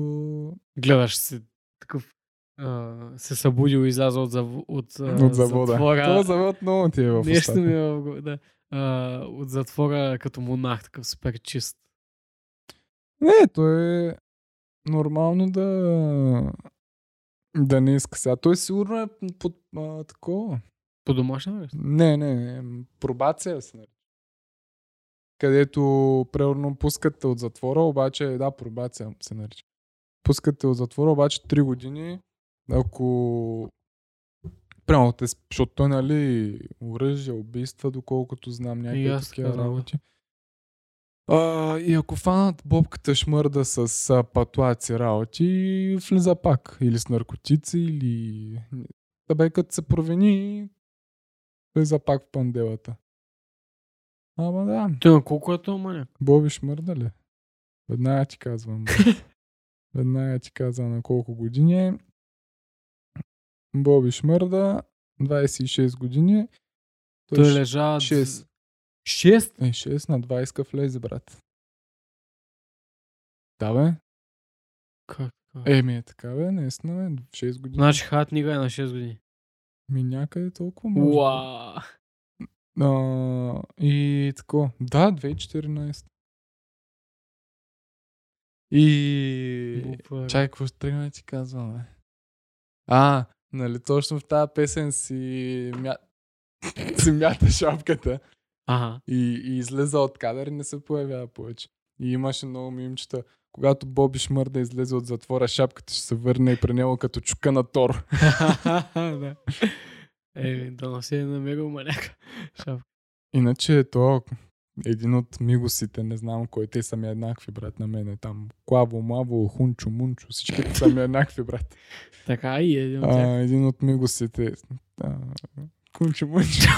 Speaker 2: Гледаш се такъв а, се събудил и излязъл от, зав... от, а,
Speaker 1: от завода.
Speaker 2: Е, затвора.
Speaker 1: Това завод много ти е в
Speaker 2: Нещо
Speaker 1: устата.
Speaker 2: ми е в глава- да. А, от затвора като монах, такъв супер чист.
Speaker 1: Не, то е нормално да да не иска сега. Той сигурно е под а, такова.
Speaker 2: По домашен арест.
Speaker 1: Не, не, не. м, Пробация се нарича. Където, примерно, пускат те от затвора, обаче, да, пробация се нарича. Пускат те от затвора, обаче 3 години, ако Прямо те, сп- защото той, нали, оръжие, убийства, доколкото знам
Speaker 2: И
Speaker 1: някакви
Speaker 2: аз
Speaker 1: такива
Speaker 2: така, да.
Speaker 1: работи. А, и ако фанат бобката шмърда с а, патуаци работи, влиза пак. Или с наркотици, или... Та бе, като се провини, влиза пак в панделата. Ама да,
Speaker 2: Той на колко е то маняк?
Speaker 1: Боби шмърда ли? Веднага ти казвам. бе. Веднага ти казвам на колко години е. Боби шмърда, 26 години. е.
Speaker 2: Той
Speaker 1: ш-
Speaker 2: лежа...
Speaker 1: шест.
Speaker 2: 6?
Speaker 1: Е, 6 на 20 влезе, брат. Да, бе.
Speaker 2: Как? Е.
Speaker 1: Еми е така, бе, наистина, бе. 6 години.
Speaker 2: Значи хат нига е на 6 години.
Speaker 1: Ми някъде толкова може.
Speaker 2: Уа!
Speaker 1: А, и така. Да, 2014.
Speaker 2: Е,
Speaker 1: И...
Speaker 2: Бупер.
Speaker 1: Чай, какво ще тръгна да ти казвам, бе? А, нали точно в тази песен си, мя... си мята шапката
Speaker 2: Ага.
Speaker 1: и, и излезе от кадър и не се появява повече. И имаше много мимчета. Когато Боби Шмърда излезе от затвора, шапката ще се върне и при него като чука на Тор.
Speaker 2: да. Е, да не се е намерил маняка. Шапка.
Speaker 1: Иначе е то един от мигосите, не знам кой, те са ми еднакви, брат, на мене. Там Клаво, Маво, Хунчо, Мунчо, всичките са ми еднакви, брат.
Speaker 2: Така и един от тях.
Speaker 1: А, един от мигосите. А, Кунче Мунче.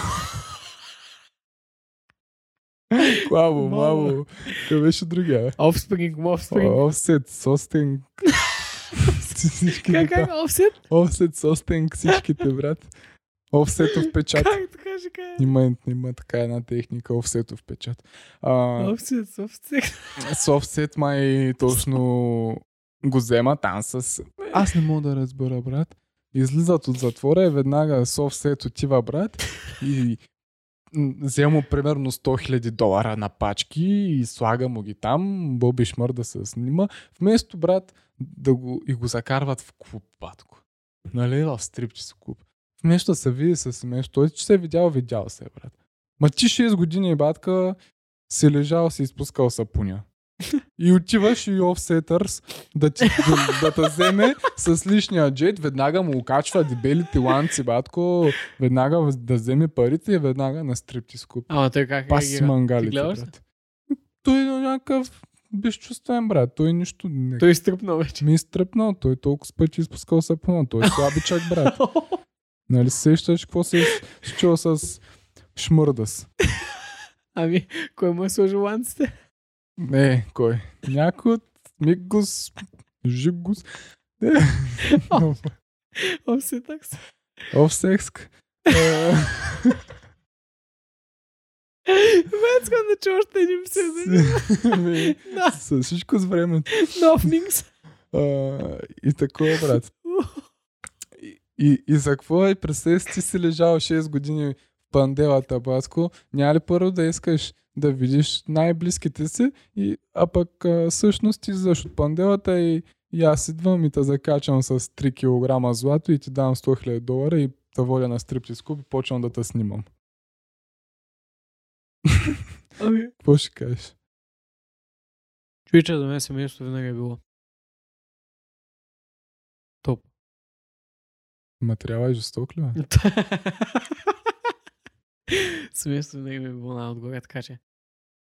Speaker 1: Клаво,
Speaker 2: Мало.
Speaker 1: мало. Къде беше другия? бе?
Speaker 2: Offspring, Offspring.
Speaker 1: Офсет, Состинг. Всички
Speaker 2: Как, е? как,
Speaker 1: дета.
Speaker 2: Offset?
Speaker 1: Офсет, Состинг, всичките, брат. Офсетов печат.
Speaker 2: Как така ще кажа?
Speaker 1: Има, има така една техника, офсетов печат. А,
Speaker 2: Offset, Offset.
Speaker 1: с офсет май точно го взема там с... Аз не мога да разбера, брат. Излизат от затвора и веднага с офсет отива, брат. И м, взема примерно 100 000 долара на пачки и слага му ги там. Боби Шмър да се снима. Вместо, брат, да го, и го закарват в клуб, батко. Нали, в стрипчис клуб. Вместо да се види с семейство, той че се е видял, видял се, е, брат. Ма ти 6 години, батка, си лежал, си изпускал сапуня. И отиваш и офсетърс да, ти, да, да те вземе с лишния джет, веднага му окачва дебелите ланци, батко, веднага да вземе парите и веднага на стриптиз клуб.
Speaker 2: Ама той как
Speaker 1: Паси
Speaker 2: реагира?
Speaker 1: мангалите,
Speaker 2: Е, Ти гледаш ли?
Speaker 1: брат. Той е някакъв безчувствен, брат. Той нищо не... Той...
Speaker 2: Той изтръпна вече.
Speaker 1: Ми е стръпнал, той толкова пъти изпускал сапуна, той е слабичък, брат. Нали се сещаш какво се е случило с шмърдас?
Speaker 2: Ами, кой му е сложил ланците?
Speaker 1: Не, кой? Някой от Мигус, Жигус. Не.
Speaker 2: Овсетъкс.
Speaker 1: Овсекск. Е,
Speaker 2: Бе, искам да чуя още един псевдоним.
Speaker 1: с- ми,
Speaker 2: Да.
Speaker 1: С всичко с времето.
Speaker 2: Нов Минкс.
Speaker 1: А, И такова, брат. И- И, и за какво е? Представи си, ти си лежал 6 години в панделата, баско. Няма ли първо да искаш да видиш най-близките си, и, а пък а, всъщност ти излизаш от панделата и, и аз идвам и те закачам с 3 кг злато и ти давам 100 000 долара и те водя на стриптиз клуб и почвам да те снимам.
Speaker 2: Ами,
Speaker 1: Какво ще кажеш?
Speaker 2: Чуй, че за мен семейството винаги е било.
Speaker 1: Материала е жесток ли? бе?
Speaker 2: семейството винаги ми е било най-отгоре, така че.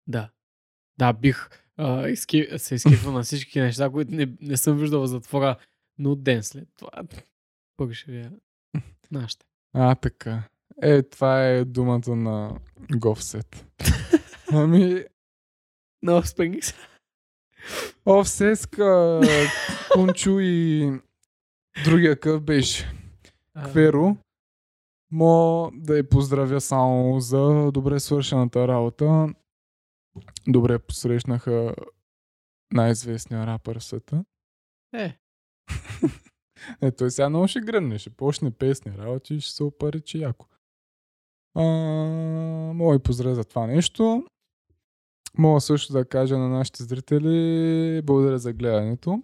Speaker 2: Да. Да, бих а, изки... се изкипвал на всички неща, които не, не съм виждал в затвора, но ден след това. Пък ще ви е нашата.
Speaker 1: А, така. Е, това е думата на Говсет. Ами,
Speaker 2: Но Спрингс.
Speaker 1: Овсеска, Кунчу и другия къв беше Кверо. Мо да я поздравя само за добре свършената работа. Добре посрещнаха най-известния рапър в света.
Speaker 2: Е,
Speaker 1: Е, той сега много ще гръмне, ще почне песни, работи и ще се опари, че яко. А, мога и поздравя за това нещо. Мога също да кажа на нашите зрители, благодаря за гледането.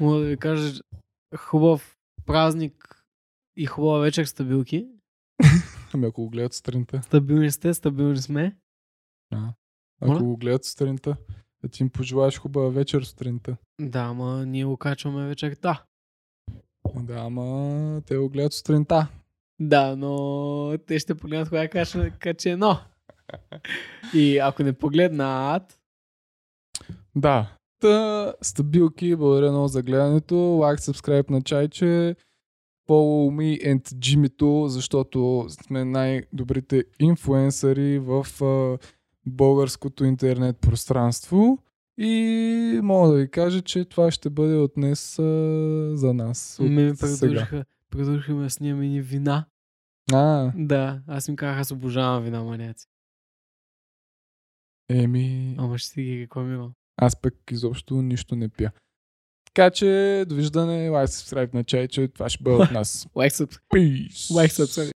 Speaker 2: мога да ви кажа хубав празник и хубава вечер, стабилки.
Speaker 1: Ами ако го гледат сутринта.
Speaker 2: Стабилни сте, стабилни сме.
Speaker 1: Ако
Speaker 2: Моля?
Speaker 1: го гледат сутринта, да ти им пожелаеш хубава вечер сутринта.
Speaker 2: Да, ама ние го качваме вечерта.
Speaker 1: Да, ама те го гледат сутринта.
Speaker 2: Да, но те ще погледнат кога кача, качено. И ако не погледнат,
Speaker 1: Да. Та, стабилки, благодаря много за гледането. Лайк, сабскрайб на чайче. Follow me and Jimmy защото сме най-добрите инфуенсъри в а, българското интернет пространство. И мога да ви кажа, че това ще бъде от днес а, за нас. От
Speaker 2: ме
Speaker 1: сега.
Speaker 2: предложиха, предложиха ме да снимаме ни вина.
Speaker 1: А,
Speaker 2: Да, аз им казах, аз обожавам вина, маняци.
Speaker 1: еми,
Speaker 2: Ама ще си ги рекламирам.
Speaker 1: аз пък изобщо нищо не пия. Така че, довиждане, лайк, сабскрайб на чайче, това ще бъде от нас.
Speaker 2: Лайк, суб-
Speaker 1: Peace.
Speaker 2: лайк, субскрайб.